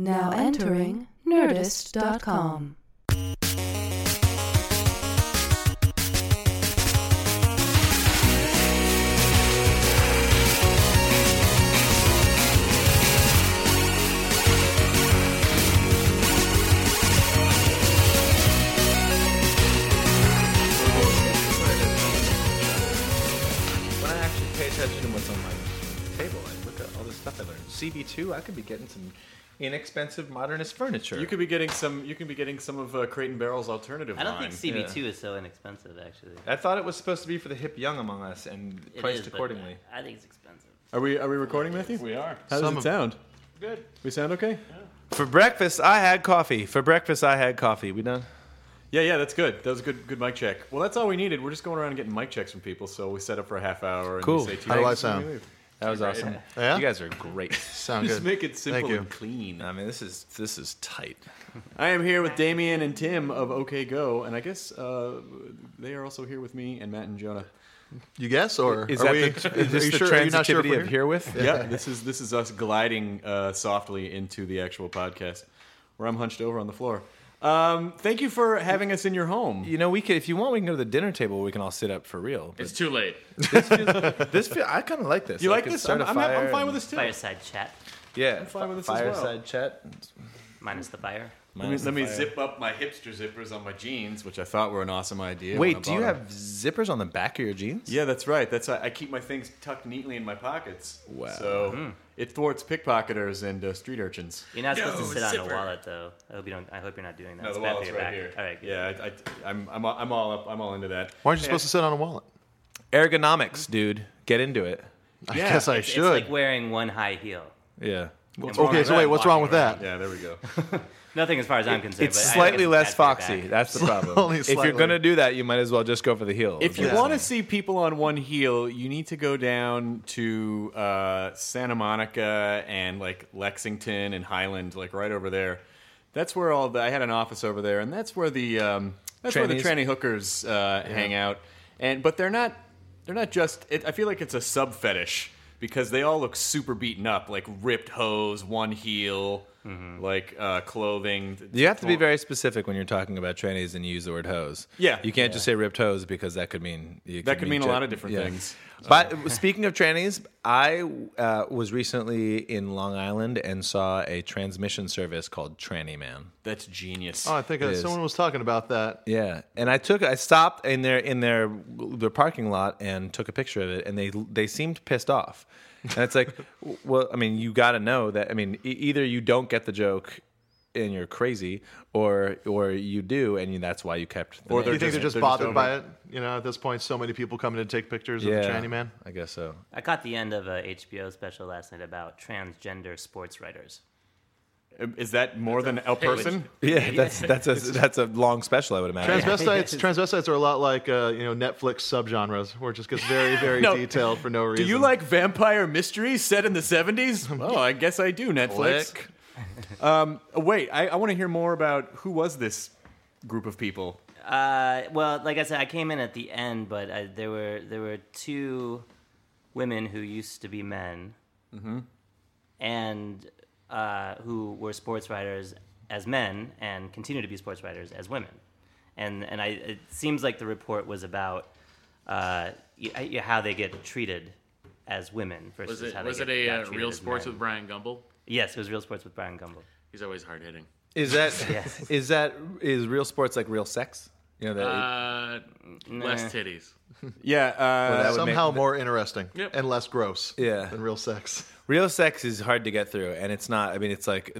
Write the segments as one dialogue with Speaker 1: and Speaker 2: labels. Speaker 1: Now entering Nerdist.com.
Speaker 2: When I actually pay attention to what's on my table, I look at all this stuff I learned. CB2, I could be getting some inexpensive modernist furniture.
Speaker 3: You could be getting some. You can be getting some of uh, Crate and Barrel's alternative.
Speaker 4: I don't
Speaker 3: line.
Speaker 4: think CB2 is so inexpensive, actually.
Speaker 2: I thought it was supposed to be for the hip young among us and
Speaker 4: It
Speaker 2: priced
Speaker 4: is, but
Speaker 2: accordingly.
Speaker 4: I think it's expensive.
Speaker 3: Are we are we recording, Matthew?
Speaker 5: We are.
Speaker 3: How does
Speaker 2: Some
Speaker 3: it
Speaker 2: of-
Speaker 3: sound?
Speaker 5: Good.
Speaker 3: We sound okay?
Speaker 2: For breakfast, I had coffee. For breakfast, I had coffee. We done?
Speaker 3: Yeah, yeah, that's good. That was a good good mic check. Well, that's all we needed. We're just going around and getting mic checks from people, so we set up for a half hour. And
Speaker 2: Cool.
Speaker 3: We say two
Speaker 6: How do I
Speaker 3: things and
Speaker 6: sound?
Speaker 3: we leave.
Speaker 2: That was awesome.
Speaker 6: Yeah?
Speaker 2: You guys are great.
Speaker 6: Sound
Speaker 3: Just
Speaker 6: good.
Speaker 3: make it simple
Speaker 6: Thank you.
Speaker 3: and clean.
Speaker 2: I mean, this is this is tight.
Speaker 3: I am here with Damien and Tim of OK Go, and I guess uh, they are also here with me and Matt and Jonah.
Speaker 6: You guess, or
Speaker 2: Is
Speaker 6: are
Speaker 2: that the,
Speaker 6: we,
Speaker 2: is
Speaker 6: are
Speaker 2: this
Speaker 6: you
Speaker 2: the
Speaker 6: sure, are you not sure if
Speaker 2: transitivity
Speaker 6: we're
Speaker 2: of
Speaker 6: here?
Speaker 2: here with?
Speaker 3: yeah, this is this is us gliding uh, softly into the actual podcast, where I'm hunched over on the floor. Um, thank you for having us in your home.
Speaker 2: You know, we could if you want, we can go to the dinner table. We can all sit up for real. But
Speaker 5: It's too late.
Speaker 2: this, feel, I kind of like this.
Speaker 3: You
Speaker 2: I
Speaker 3: like
Speaker 2: could
Speaker 3: this?
Speaker 2: start
Speaker 3: I'm,
Speaker 2: a
Speaker 3: I'm, I'm
Speaker 2: fire
Speaker 3: fine
Speaker 2: and-
Speaker 3: with this too.
Speaker 4: Fireside chat,
Speaker 2: Yeah,
Speaker 3: fine with this as well.
Speaker 2: fireside chat.
Speaker 4: minus the fire.
Speaker 3: Let me, let me zip up my hipster zippers on my jeans, which I thought were an awesome idea. when I
Speaker 2: Wait, do you
Speaker 3: bought 'em.
Speaker 2: have zippers on the back of your jeans?
Speaker 3: Yeah, that's right. That's I, I keep my things tucked neatly in my pockets.
Speaker 2: Wow.
Speaker 3: So it th't pickpocketers and uh, street urchins.
Speaker 4: You're not supposed
Speaker 3: Yo,
Speaker 4: to sit on
Speaker 3: zipper.
Speaker 4: a wallet, though. I hope you don't. I hope you're not doing that.
Speaker 3: No,
Speaker 4: It's
Speaker 3: Oh, the
Speaker 4: bad for
Speaker 3: wallet's
Speaker 4: your
Speaker 3: right
Speaker 4: back.
Speaker 3: here.
Speaker 4: All right. Good.
Speaker 3: Yeah, I, I, I'm, I'm, all- I'm all up. I'm all into that.
Speaker 6: Why aren't you supposed to sit on a wallet?
Speaker 2: Ergonomics, dude. Get into it.
Speaker 6: I
Speaker 3: Yeah,
Speaker 6: guess I
Speaker 4: It's, it's
Speaker 6: should.
Speaker 4: like wearing one high heel.
Speaker 2: Yeah.
Speaker 4: It's wrong
Speaker 6: okay,
Speaker 4: with
Speaker 6: so wait,
Speaker 4: that,
Speaker 6: what's wrong
Speaker 4: walking
Speaker 6: with
Speaker 4: around.
Speaker 6: that?
Speaker 3: Yeah, there we go.
Speaker 4: Nothing, as far as I'm concerned.
Speaker 2: It's
Speaker 4: but I think
Speaker 2: slightly
Speaker 4: it's
Speaker 2: less
Speaker 4: bad for your
Speaker 2: foxy.
Speaker 4: back.
Speaker 2: That's the problem.
Speaker 6: Only
Speaker 2: If you're
Speaker 6: slightly.
Speaker 2: going to do that, you might as well just go for the heel.
Speaker 3: If you
Speaker 6: Yeah.
Speaker 3: want to see people on one heel, you need to go down to uh, Santa Monica and like Lexington and Highland, like right over there. That's where all the I had an office over there, and that's where the um, that's where the
Speaker 2: Trannies?
Speaker 3: tranny hookers uh, hang out. And but they're not they're not just. It, I feel like it's a sub fetish because they all look super beaten up, like ripped hose, one heel,
Speaker 6: Mm-hmm.
Speaker 3: like uh, clothing.
Speaker 2: You have to be very specific when you're talking about trannies and you use the word hose.
Speaker 3: Yeah.
Speaker 2: You can't just say ripped hose because that could mean you
Speaker 3: That could mean a
Speaker 2: ju-
Speaker 3: lot of different things.
Speaker 2: But speaking of trannies, I uh, was recently in Long Island and saw a transmission service called Tranny Man.
Speaker 3: That's genius.
Speaker 6: oh, I think uh,
Speaker 2: is.
Speaker 6: someone was talking about that.
Speaker 2: Yeah, and I took I stopped in their in their their parking lot and took a picture of it, and they they seemed pissed off. And it's like, well, I mean, you got to know that. I mean, e- either you don't get the joke and you're crazy, or or you do, and you, that's why you kept. The
Speaker 3: Or
Speaker 6: Do
Speaker 3: They're
Speaker 6: you think
Speaker 3: just-
Speaker 6: they're just
Speaker 3: they're just
Speaker 6: bothered
Speaker 3: over
Speaker 6: by it? You know, at this point, so many people coming to take pictures of the tranny man.
Speaker 2: I guess so.
Speaker 4: I caught the end of a HBO special last night about transgender sports writers.
Speaker 3: Is that more than a person?
Speaker 2: Yeah, that's that's a that's a long special, I would imagine.
Speaker 6: Transvestites, transvestites are a lot like uh, you know Netflix subgenres, where it just gets very, very
Speaker 3: No.
Speaker 6: detailed for no reason.
Speaker 3: Do you like vampire mysteries set in the 70s? Well, I guess I do, Netflix.
Speaker 6: Click.
Speaker 3: Uh, Wait, I, I want to hear more about who was this group of people.
Speaker 4: Uh, well, like I said, I came in at the end, but I, there were there were
Speaker 2: Mm-hmm.
Speaker 4: two women who used to be men, and uh, who were sports writers as men and continue to be sports writers as women. And, and I, it seems like the report was about uh, y- y- how they get treated as women versus
Speaker 5: Was it
Speaker 4: how they
Speaker 5: was
Speaker 4: get
Speaker 5: it a
Speaker 4: got
Speaker 5: uh,
Speaker 4: treated
Speaker 5: real
Speaker 4: as
Speaker 5: sports
Speaker 4: men.
Speaker 5: with Brian Gumble?
Speaker 4: Yes, it was real sports with Brian Gumbel.
Speaker 5: He's always hard hitting.
Speaker 2: Is that
Speaker 4: Yes.
Speaker 2: is that is real sports like real sex? You know that.
Speaker 5: Uh, less titties.
Speaker 3: Yeah, uh,
Speaker 2: that would make-
Speaker 6: Somehow more interesting
Speaker 5: Yep.
Speaker 6: and less gross
Speaker 2: Yeah.
Speaker 6: than real sex.
Speaker 2: real sex is hard to get through and it's not i mean it's like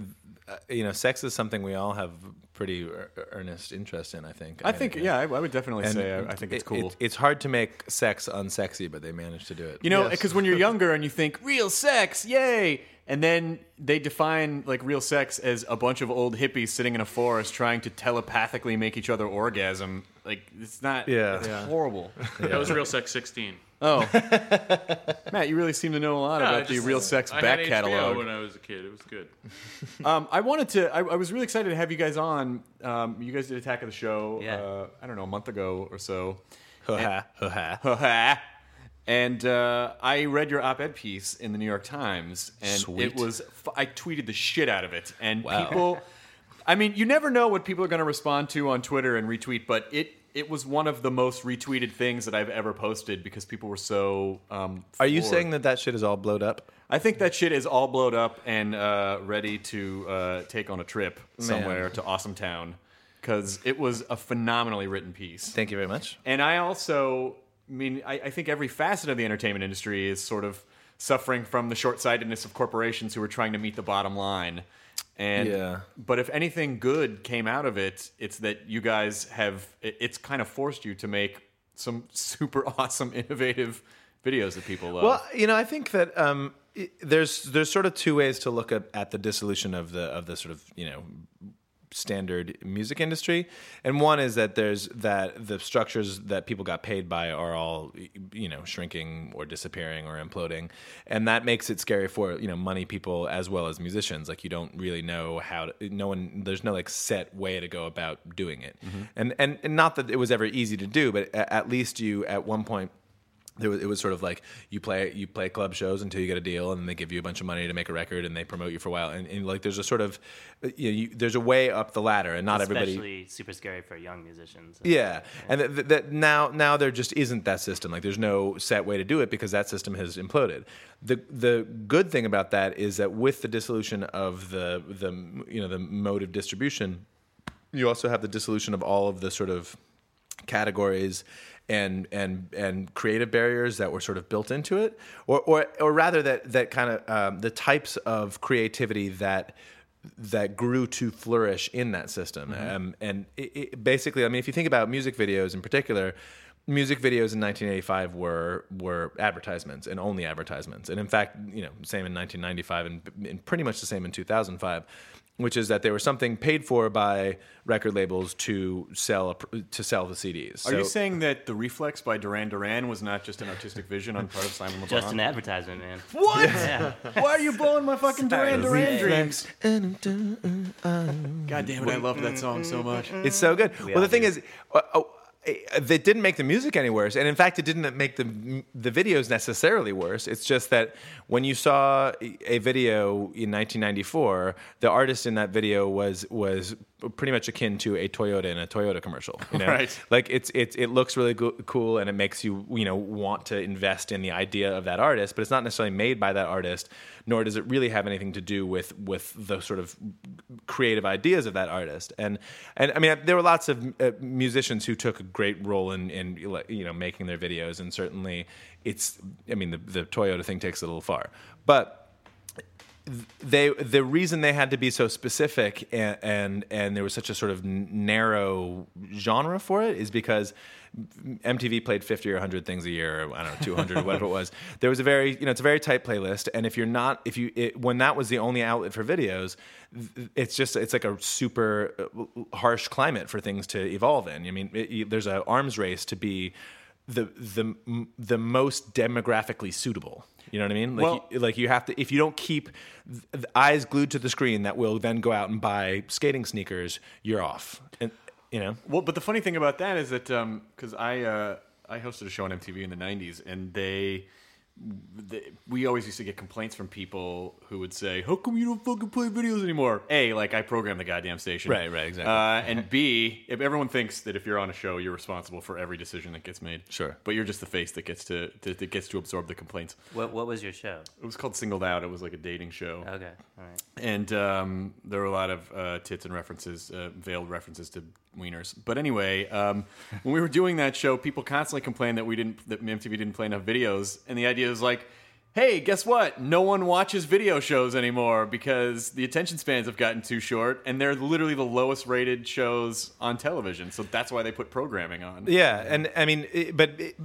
Speaker 2: uh, you know sex is something we all have pretty ear- earnest interest in i think
Speaker 3: I
Speaker 2: mean,
Speaker 3: think
Speaker 2: uh,
Speaker 3: yeah, I, I would definitely
Speaker 2: and
Speaker 3: say I, I think it's
Speaker 2: it-
Speaker 3: cool.
Speaker 2: it- it's hard to make sex unsexy but they managed to do it
Speaker 3: You know,
Speaker 6: Yes.
Speaker 3: because when you're younger and you think real sex, yay, and then they define like real sex as a bunch of old hippies sitting in a forest trying to telepathically make each other orgasm. Like it's not.
Speaker 2: Yeah.
Speaker 3: it's
Speaker 2: Yeah.
Speaker 3: horrible.
Speaker 5: That was real sex 16.
Speaker 3: Oh, Matt, you really seem to know a lot
Speaker 5: No, I
Speaker 3: about the
Speaker 5: just-
Speaker 3: real sex
Speaker 5: I
Speaker 3: back
Speaker 5: had HBO
Speaker 3: catalog.
Speaker 5: when I was a kid. It was good.
Speaker 3: Um, I wanted to. I, I was really excited to have you guys on. Um, you guys did Attack of the Show.
Speaker 4: Yeah.
Speaker 3: Uh, I don't know, a month ago or so.
Speaker 2: ha ha ha
Speaker 3: and uh, I read your op-ed piece in the New York Times, and it was. f- I tweeted the shit out of it, and people. I mean, you never know what people are going to respond to on Twitter and retweet, but it it was one of the most retweeted things that I've ever posted because people were so. Um,
Speaker 2: are you
Speaker 3: floored.
Speaker 2: saying that that shit is all blowed up
Speaker 3: I think that shit is all blowed up and uh, ready to uh, take on a trip somewhere to Awesome Town because it was a phenomenally written piece.
Speaker 2: thank you very much
Speaker 3: And I also, I mean, I, I think every facet of the entertainment industry is sort of suffering from the short sightedness of corporations who are trying to meet the bottom line. And
Speaker 2: Yeah.
Speaker 3: but if anything good came out of it, it's that you guys have it- it's kind of forced you to make some super awesome, innovative videos that people love.
Speaker 2: Well, you know, I think that um, i there's there's sort of two ways to look at, at the dissolution of the of the sort of you know standard music industry, and one is that there's that the structures that people got paid by are all you know shrinking or disappearing or imploding, and that makes it scary for you know money people as well as musicians. Like you don't really know how to, no one there's no like set way to go about doing it, and, and and not that it was ever easy to do, but a- at least you at one point there was, it was sort of like you play you play club shows until you get a deal, and they give you a bunch of money to make a record, and they promote you for a while, and, and like there's a sort of uh, you know you, there's a way up the ladder, and not everybody.
Speaker 4: Especially super scary for young musicians.
Speaker 2: Yeah, and that th- that now now there just isn't that system. Like there's no set way to do it because that system has imploded. the The good thing about that is that with the dissolution of the the you know the mode of distribution, you also have the dissolution of all of the sort of categories and and and creative barriers that were sort of built into it or or, or rather that that kind of um, the types of creativity that that grew to flourish in that system um, and it, it, basically i mean if you think about music videos in particular music videos in 1985 were were advertisements and only advertisements and in fact you know same in 1995 and, and pretty much the same in 2005 which is that they were something paid for by record labels to sell a, to sell the CDs.
Speaker 3: Are you
Speaker 2: So-
Speaker 3: saying that the reflex by Duran Duran was not just an artistic vision on part of Simon LeBron?
Speaker 4: Just an advertisement, man.
Speaker 3: what? Why are you blowing my fucking Duran Duran
Speaker 4: Yeah.
Speaker 3: dreams? God damn it! I love that song so much.
Speaker 2: It's so good. well, the thing is, uh, uh, they didn't make the music any worse, and in fact, it didn't make the the videos necessarily worse. It's just that when you saw a video in 1994, the artist in that video was was pretty much akin to a Toyota in a Toyota commercial. You know?
Speaker 3: Right.
Speaker 2: Like it's it's it looks really go- cool, and it makes you you know want to invest in the idea of that artist, but it's not necessarily made by that artist, nor does it really have anything to do with with the sort of creative ideas of that artist. And and I mean, there were lots of uh, musicians who took a great role in in you know making their videos, and certainly it's I mean the the Toyota thing takes it a little far, but they the reason they had to be so specific and and, and there was such a sort of n- narrow genre for it is because MTV played 50 or 100 things a year or I don't know 200 whatever it was there was a very you know it's a very tight playlist and if you're not if you it, when that was the only outlet for videos th- it's just it's like a super uh, harsh climate for things to evolve in I mean it, you- there's an arms race to be the the m- the most demographically suitable you know what I mean like
Speaker 3: Well-
Speaker 2: you- like you have to if you don't keep th- the eyes glued to the screen that will then go out and buy skating sneakers you're off and you know
Speaker 3: Well, but the funny thing um, about that is that because I uh, I hosted a show on MTV in the '90s, and they the, we always used to get complaints from people who would say, "How come you don't fucking play videos anymore?" A, like I program the goddamn station,
Speaker 2: Right, right, exactly.
Speaker 3: Uh, and B, if everyone thinks that if you're on a show, you're responsible for every decision that gets made,
Speaker 2: Sure.
Speaker 3: but you're just the face that gets to, to that gets to absorb the complaints.
Speaker 4: What What was your show?
Speaker 3: It was called Singled Out. It was like a dating show,
Speaker 4: Okay, all right.
Speaker 3: and um, there were a lot of uh, tits and references, uh, veiled references to wieners. But anyway, um, when we were doing that show, people constantly complained that we didn't, that MTV didn't play enough videos, and the idea is like, hey, guess what? No one watches video shows anymore because the attention spans have gotten too short, and they're literally the lowest rated shows on television. So that's why they put programming on.
Speaker 2: Yeah, and I mean, it, but it,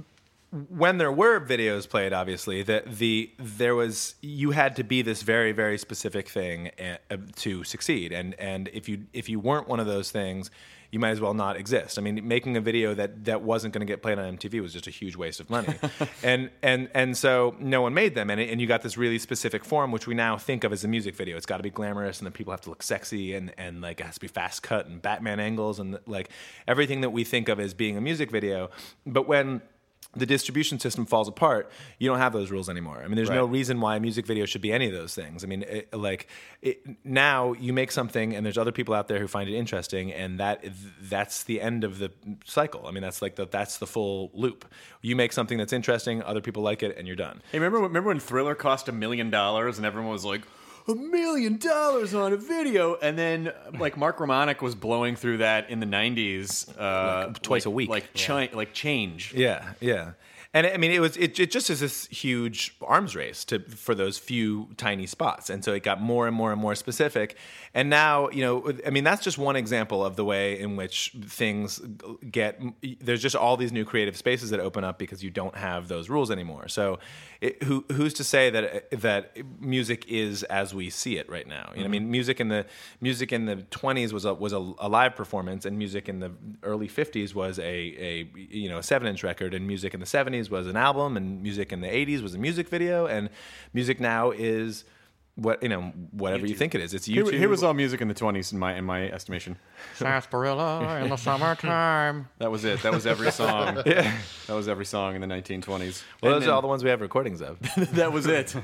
Speaker 2: when there were videos played, obviously that the there was you had to be this very very specific thing eh, uh, to succeed, and and if you if you weren't one of those things. You might as well not exist. I mean, making a video that, that wasn't going to get played on MTV was just a huge waste of money, and and and so no one made them. And, it, and you got this really specific form, which we now think of as a music video. It's got to be glamorous, and the people have to look sexy, and and like it has to be fast cut and Batman angles, and like everything that we think of as being a music video. But when the distribution system falls apart, you don't have those rules anymore. I mean, there's no reason why a music video should be any of those things. I mean, it, like it, now you make something, and there's other people out there who find it interesting, and that that's the end of the cycle. I mean, that's like the, that's the full loop. You make something that's interesting, other people like it, and you're done.
Speaker 3: Hey, remember when- remember when Thriller cost a million dollars and everyone was like, a million dollars on a video, and then like Mark Romanek was blowing through that in the '90s, uh,
Speaker 2: twice
Speaker 3: like-
Speaker 2: a week.
Speaker 3: like chi- like change.
Speaker 2: Yeah, yeah. And I mean, it was it, it just is this huge arms race to for those few tiny spots, and so it got more and more and more specific. And now, you know, I mean, that's just one example of the way in which things get. There's just all these new creative spaces that open up because you don't have those rules anymore. So, it, who who's to say that that music is as we see it right now? You know, I
Speaker 3: Mm-hmm.
Speaker 2: mean, music in the music in the 20s was a was a, a live performance, and music in the early 50s was a a you know a seven inch record, and music in the 70s was an album, and music in the 80s was a music video, and music now is what you know whatever you think it is. It's
Speaker 3: Here,
Speaker 2: YouTube.
Speaker 3: here was all music in the '20s, in my in my estimation.
Speaker 7: Sarsaparilla in the summertime.
Speaker 3: That was it. That was every song. yeah. That was every song in the 1920s.
Speaker 2: well,
Speaker 3: And
Speaker 2: those are
Speaker 3: then-
Speaker 2: all the ones we have recordings of.
Speaker 3: that was it.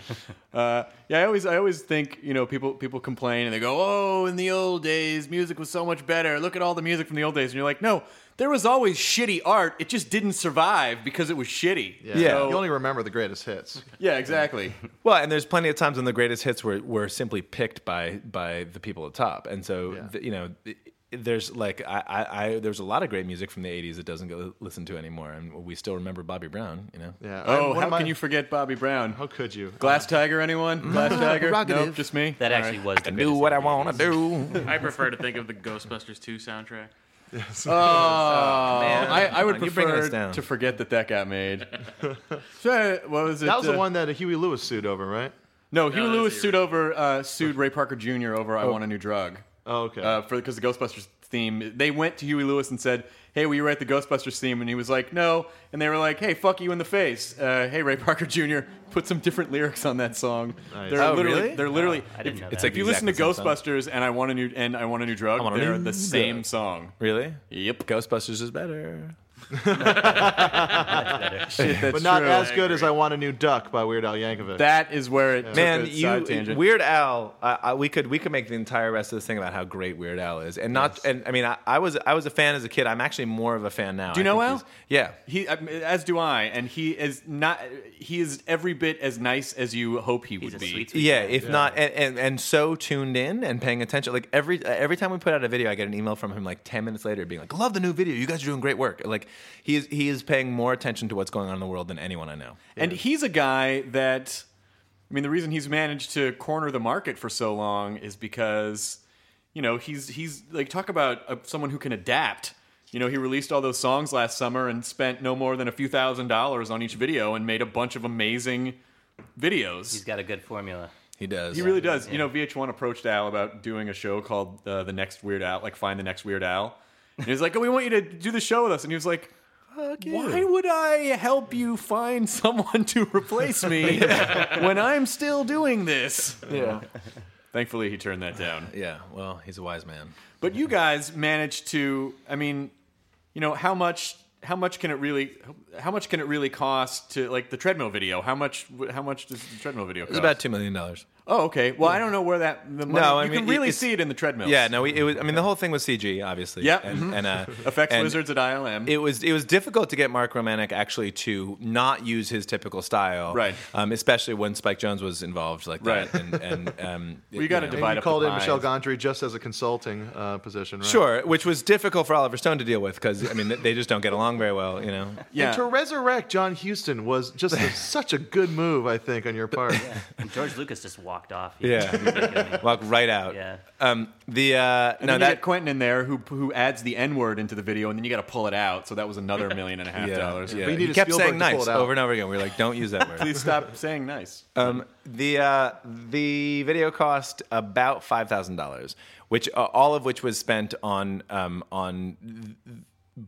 Speaker 3: Uh, yeah, I always, I always think you know people, people complain and they go, "Oh, in the old days, music was so much better. Look at all the music from the old days." And you're like, "No, there was always shitty art. It just didn't survive because it was shitty."
Speaker 6: Yeah.
Speaker 2: Yeah.
Speaker 6: You only remember the greatest hits.
Speaker 3: yeah, exactly.
Speaker 2: Well, and there's plenty of times when the greatest hits were, were simply picked by by the people at the top, and so
Speaker 6: Yeah.
Speaker 2: th- you know. i- There's like I, I, I there's a lot of great music from the '80s that doesn't get li- listened to anymore, and we still remember Bobby Brown. You know,
Speaker 6: Yeah. I-
Speaker 3: Oh,
Speaker 6: one
Speaker 3: how
Speaker 6: of my-
Speaker 3: can you forget Bobby Brown?
Speaker 6: How could you?
Speaker 3: Glass Tiger, anyone? Glass Tiger? no,
Speaker 6: Prerogative.
Speaker 3: just me.
Speaker 4: That
Speaker 3: All
Speaker 4: actually
Speaker 3: right.
Speaker 4: was. the
Speaker 2: do
Speaker 4: greatest
Speaker 2: what I
Speaker 4: hit.
Speaker 2: want to do.
Speaker 5: I prefer to think of the Ghostbusters 2 soundtrack.
Speaker 3: Oh, I, I would
Speaker 2: Come on, you're bringing us
Speaker 3: prefer
Speaker 2: down.
Speaker 3: to forget that that got made. so, what was it?
Speaker 6: That was
Speaker 3: uh,
Speaker 6: the one that Huey Lewis sued over, right?
Speaker 3: No, Hugh
Speaker 5: No, that
Speaker 3: Lewis
Speaker 5: was the
Speaker 3: sued over uh, sued Ray Parker Jr. over "I Want a New Drug"
Speaker 6: Oh, okay.
Speaker 3: uh, for because the Ghostbusters theme. They went to Huey Lewis and said, "Hey, will you write the Ghostbusters theme?" And he was like, "No." And they were like, "Hey, fuck you in the face." Uh, hey, Ray Parker Jr. Put some different lyrics on that song.
Speaker 6: Nice.
Speaker 3: They're
Speaker 6: Oh,
Speaker 3: literally,
Speaker 2: really?
Speaker 3: They're literally.
Speaker 4: I didn't know
Speaker 2: It's like
Speaker 4: that.
Speaker 3: If you
Speaker 2: Exactly
Speaker 3: listen to
Speaker 2: the same song.
Speaker 3: Ghostbusters and I want a new and I want a new drug,
Speaker 2: Want a
Speaker 3: they're
Speaker 2: New
Speaker 3: the
Speaker 2: Drug.
Speaker 3: same song.
Speaker 2: really?
Speaker 3: Yep.
Speaker 2: Ghostbusters is better.
Speaker 3: That's
Speaker 6: but not
Speaker 3: true.
Speaker 6: as good as I Want a New Duck by Weird Al Yankovic.
Speaker 3: That is where it.
Speaker 2: Man,
Speaker 3: took a side
Speaker 2: you
Speaker 3: tangent.
Speaker 2: Weird Al. I, I, we could we could make the entire rest of this thing about how great Weird Al is, and not and I mean I, I was I was a fan as a kid. I'm actually more of a fan now. Do
Speaker 3: you know Al?
Speaker 2: Yeah,
Speaker 3: He, I- as do I, and he is not. He is every bit as nice as you hope he
Speaker 4: He's
Speaker 3: would
Speaker 4: a
Speaker 3: be.
Speaker 4: sweet, sweet
Speaker 2: Yeah,
Speaker 4: guy.
Speaker 2: if not, and, and and so tuned in and paying attention. Like every every time we put out a video, I get an email from him like ten minutes later, being like, "Love the new video. You guys are doing great work." Like he is he is paying more attention to what's going on in the world than anyone I know.
Speaker 3: And he's a guy that, I mean, the reason he's managed to corner the market for so long is because, you know, he's he's like talk about uh, someone who can adapt. You know, he released all those songs last summer and spent no more than a few thousand dollars on each video and made a bunch of amazing videos.
Speaker 4: he's got a good formula.
Speaker 2: He does.
Speaker 3: He really does. You know, VH1 approached Al about doing a show called uh, "The Next Weird Al," like find the next Weird Al. And he was like, "Oh, we want you to do the show with us," and he was like. Why would I help you find someone to replace me when I'm still doing this? Yeah. Thankfully, he turned that down.
Speaker 2: Yeah. Well, he's a wise man.
Speaker 3: But you guys managed to, I mean, you know, how much how much can it really how much can it really cost to like the treadmill video? How much how much does the treadmill video cost?
Speaker 2: It's about two million dollars.
Speaker 3: Oh, okay. Well, I don't know where that the money.
Speaker 2: No, I
Speaker 3: you
Speaker 2: mean,
Speaker 3: can really
Speaker 2: it's-
Speaker 3: see it in the treadmill.
Speaker 2: Yeah, no, we, it was. I mean, the whole thing was CG, obviously.
Speaker 3: Yep.
Speaker 2: and,
Speaker 3: Mhm.
Speaker 2: and uh,
Speaker 3: effects
Speaker 2: and
Speaker 3: wizards at ILM.
Speaker 2: It was it was difficult to get Mark Romanek actually to not use his typical style,
Speaker 3: Right.
Speaker 2: Um, especially when Spike Jones was involved like that,
Speaker 3: Right.
Speaker 2: and and um,
Speaker 3: We gotta
Speaker 2: know.
Speaker 3: divide
Speaker 6: And you
Speaker 3: up
Speaker 6: called
Speaker 3: the
Speaker 6: in Michelle
Speaker 3: pies.
Speaker 6: Gondry just as a consulting uh, position, right?
Speaker 2: Sure, which was difficult for Oliver Stone to deal with because I mean th- they just don't get along very well, you know.
Speaker 3: yeah.
Speaker 6: And to resurrect John Houston was just a- such a good move, I think, on your part.
Speaker 4: And George Lucas just walked off. He-
Speaker 2: Yeah, walk right out.
Speaker 4: Yeah.
Speaker 2: Um, the uh,
Speaker 3: and
Speaker 2: no
Speaker 3: then you
Speaker 2: that
Speaker 3: get Quentin in there who who adds the N word into the video, and then you got to pull it out. So that was another million and a half
Speaker 2: yeah,
Speaker 3: dollars.
Speaker 2: Yeah.
Speaker 6: But you
Speaker 2: He
Speaker 6: need a
Speaker 2: kept
Speaker 6: Spielberg
Speaker 2: saying
Speaker 6: to pull
Speaker 2: nice
Speaker 6: it out.
Speaker 2: over and over again. We are like, don't use that word.
Speaker 3: Please stop saying nice.
Speaker 2: Um, the uh, the video cost about five thousand dollars, which uh, all of which was spent on um, on th-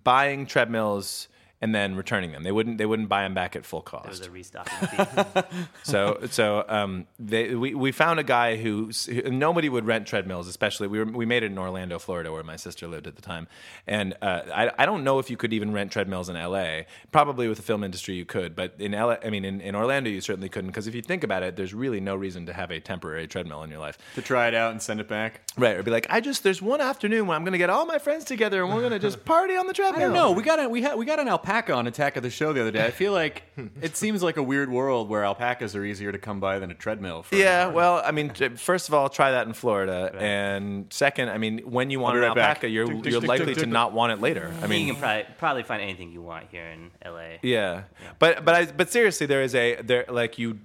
Speaker 2: buying treadmills and then returning them. They wouldn't they wouldn't buy them back at full
Speaker 4: It was
Speaker 2: cost.
Speaker 4: a restocking fee.
Speaker 2: so so um, they, we we found a guy who, s- who- nobody would rent treadmills, especially we were, we made it in Orlando, Florida, where my sister lived at the time, and uh, I I don't know if you could even rent treadmills in L.A. Probably with the film industry you could, but in L.A. I mean in, in Orlando you certainly couldn't because if you think about it, there's really no reason to have a temporary treadmill in your life.
Speaker 3: to try it out and send it back.
Speaker 2: Right? It'd be like I just there's one afternoon when I'm going to get all my friends together and we're going to just party on the treadmill.
Speaker 3: I don't know. We got a, we had we got an alpaca on Attack of the Show the other day. I feel like it seems like a weird world where alpacas are easier to come by than a treadmill. For
Speaker 2: Yeah, well, I mean, t- first of all, try that in Florida, and second, I mean, when you want an
Speaker 3: I'll be right back.
Speaker 2: alpaca, you're
Speaker 3: Tick, tick,
Speaker 2: you're
Speaker 3: tick,
Speaker 2: likely
Speaker 3: tick,
Speaker 2: to
Speaker 3: tick.
Speaker 2: not want it later. I mean,
Speaker 4: you can probably, probably find anything you want here in LA.
Speaker 2: yeah, but but I but seriously, there is a there like you.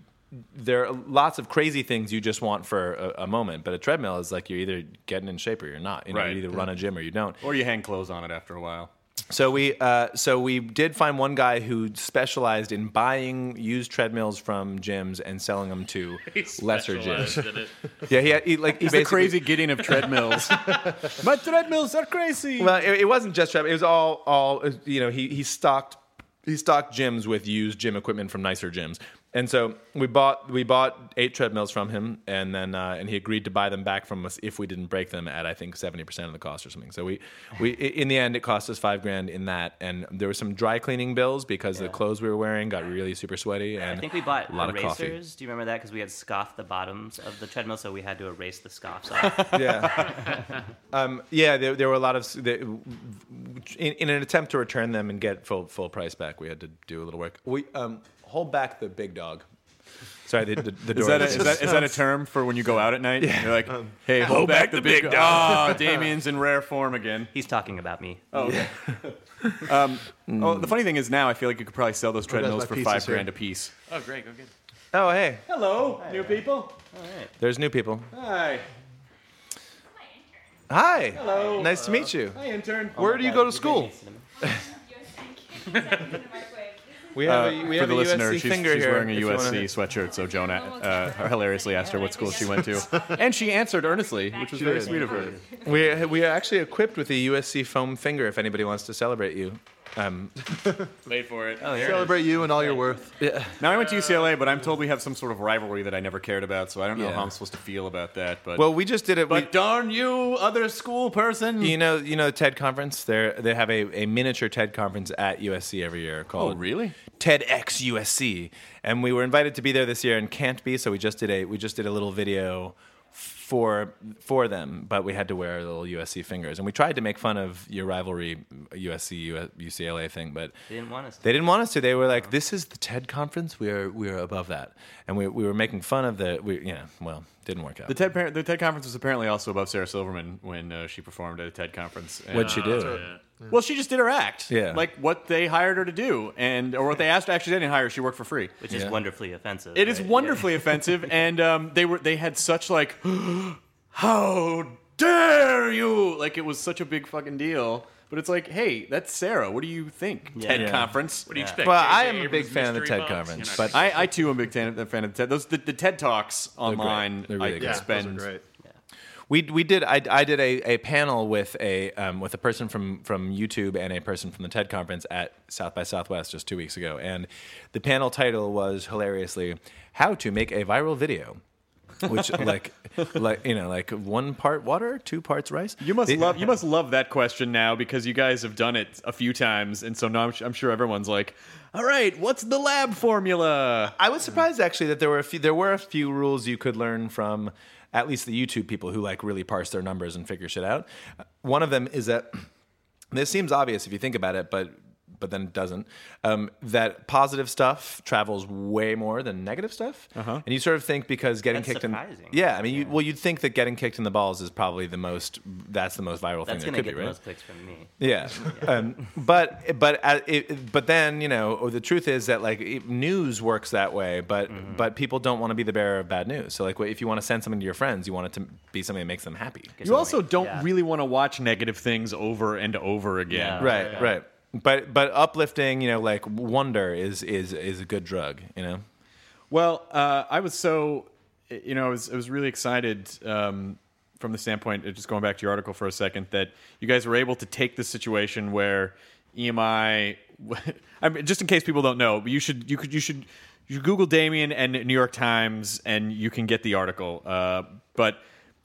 Speaker 2: There are lots of crazy things you just want for a, a moment, but a treadmill is like you're either getting in shape or you're not. You know,
Speaker 3: Right.
Speaker 2: you either run a gym or you don't.
Speaker 3: or you hang clothes on it after a while.
Speaker 2: So we uh, so we did find one guy who specialized in buying used treadmills from gyms and selling them to lesser gyms.
Speaker 5: Did it.
Speaker 2: Yeah, he, had- he like he
Speaker 3: It's the
Speaker 2: basically
Speaker 3: crazy getting of treadmills. My treadmills are crazy.
Speaker 2: Well, it, it wasn't just trap. It was all all uh, you know. He he stocked he stocked gyms with used gym equipment from nicer gyms, and so we bought we bought eight treadmills from him, and then uh, and he agreed to buy them back from us if we didn't break them at I think seventy percent of the cost or something. So we we i- in the end it cost us five grand in that, and there were some dry cleaning bills because the clothes we were wearing got really super sweaty. And
Speaker 4: I think we bought
Speaker 2: a lot of coffee.
Speaker 4: erasers. Do you remember that? Because we had scoffed the bottoms of the treadmill, so we had to erase the scoffs off.
Speaker 2: yeah. Um, yeah, there, there were a lot of s- the, in, in an attempt to return them and get full full price back. We had to do a little work. We um, hold back the big dog. Sorry, the, the, the door.
Speaker 3: Is that, a,
Speaker 2: This
Speaker 3: is, that, is that a term for when you go out at night? You're like, hey, hold, Um, back, the big dog. Oh, Damien's in rare form again.
Speaker 4: He's talking about me.
Speaker 3: Oh, the funny thing is now I feel like you could probably sell those treadmills
Speaker 6: my
Speaker 3: for
Speaker 6: piece
Speaker 3: five
Speaker 6: is here.
Speaker 3: grand a piece.
Speaker 5: Oh, great. Go get it.
Speaker 2: oh hey,
Speaker 3: Hello, new people.
Speaker 2: there's new people.
Speaker 3: Hi.
Speaker 2: Hi. Hello. Nice to meet you.
Speaker 3: Hi, intern.
Speaker 6: Where do you go to school?
Speaker 2: We have a, we
Speaker 3: Uh, for
Speaker 2: have a
Speaker 3: the listener,
Speaker 2: USC
Speaker 3: she's,
Speaker 2: finger
Speaker 3: she's
Speaker 2: here.
Speaker 3: wearing a
Speaker 2: if you
Speaker 3: USC
Speaker 2: wanna-
Speaker 3: sweatshirt, so Joan uh, hilariously asked her what school she went to. And she answered earnestly, which was very sweet of her.
Speaker 2: We we are actually equipped with a USC foam finger if anybody wants to celebrate you. Um,
Speaker 5: Wait for it.
Speaker 6: Celebrate you and all your worth.
Speaker 3: Now, I went to UCLA, but I'm told we have some sort of rivalry that I never cared about, so I don't know
Speaker 2: Yeah.
Speaker 3: how I'm supposed to feel about that. But,
Speaker 2: well, we just did it.
Speaker 3: but
Speaker 2: we,
Speaker 3: darn you, other school person.
Speaker 2: You know, you know, TED conference. They they have a, a miniature TED conference at USC every year called
Speaker 3: Oh, really?
Speaker 2: TEDx USC, and we were invited to be there this year and can't be, so we just did a we just did a little video for for them, but we had to wear little USC fingers, and we tried to make fun of your rivalry USC U- UCLA thing, but
Speaker 4: They didn't want us to.
Speaker 2: they didn't want us to. They were like, "This is the TED conference. We are we are above that," and we we were making fun of the we you know well didn't work out.
Speaker 3: The TED, par- the TED conference was apparently also above Sarah Silverman when uh, she performed at a TED conference. And-
Speaker 5: Uh,
Speaker 3: uh,
Speaker 2: What'd she do?
Speaker 3: Well, she just did her act.
Speaker 2: Yeah.
Speaker 3: Like what they hired her to do, and or what they asked. Actually, they didn't hire. her. She worked for free.
Speaker 4: Which is wonderfully offensive.
Speaker 3: It is
Speaker 4: right?
Speaker 3: wonderfully offensive, and um, they were they had such like, how dare you! Like it was such a big fucking deal. But it's like, hey, that's Sarah. What do you think? TED
Speaker 2: Yeah.
Speaker 3: conference.
Speaker 5: What do you expect?
Speaker 2: Well,
Speaker 5: J.J.
Speaker 2: I am a
Speaker 5: Abrams'
Speaker 2: big fan of the
Speaker 5: mystery
Speaker 2: TED
Speaker 5: box?
Speaker 2: conference,
Speaker 5: You're
Speaker 2: but
Speaker 5: not-
Speaker 3: I, I too am a big fan of, fan of the TED. Those the, the TED talks online.
Speaker 2: They're really
Speaker 3: I
Speaker 2: great.
Speaker 3: could spend.
Speaker 6: Those are great.
Speaker 2: We we did. I, I did a, a panel with a um, with a person from from YouTube and a person from the TED conference at South by Southwest just two weeks ago, and the panel title was hilariously "How to Make a Viral Video." which like like you know like one part water, two parts rice.
Speaker 3: You must
Speaker 2: They-
Speaker 3: love you must love that question now because you guys have done it a few times, and so now I'm, su- I'm sure everyone's like, "All right, what's the lab formula?"
Speaker 2: I was surprised actually that there were a few, there were a few rules you could learn from at least the YouTube people who like really parse their numbers and figure shit out. One of them is that this seems obvious if you think about it, but but then it doesn't. Um, that positive stuff travels way more than negative stuff, uh-huh. and you sort of think because getting
Speaker 4: That's
Speaker 2: kicked
Speaker 4: surprising.
Speaker 2: in yeah, I mean, You, well, you'd think that getting kicked in the balls is probably the most that's the most viral
Speaker 4: That's
Speaker 2: thing
Speaker 4: going
Speaker 2: that could
Speaker 4: to
Speaker 2: be,
Speaker 4: get the
Speaker 2: right?
Speaker 4: most clicks from me.
Speaker 2: Yeah, um, but but uh, it, but then you know the truth is that like it, news works that way, but
Speaker 3: Mm-hmm.
Speaker 2: but people don't want to be the bearer of bad news. So like if you want to send something to your friends, you want it to be something that makes them happy.
Speaker 3: You also don't
Speaker 4: yeah.
Speaker 3: really want to watch negative things over and over again.
Speaker 4: No.
Speaker 2: Right,
Speaker 4: Yeah.
Speaker 2: right. But but uplifting, you know, like wonder is is is a good drug. You know,
Speaker 3: Well, uh, I was so, you know, I was, I was really excited um, from the standpoint, uh, just going back to your article for a second, that you guys were able to take this situation where EMI, I mean, just in case people don't know, you should, you could, you should, you should Google Damien and New York Times, and you can get the article. Uh, but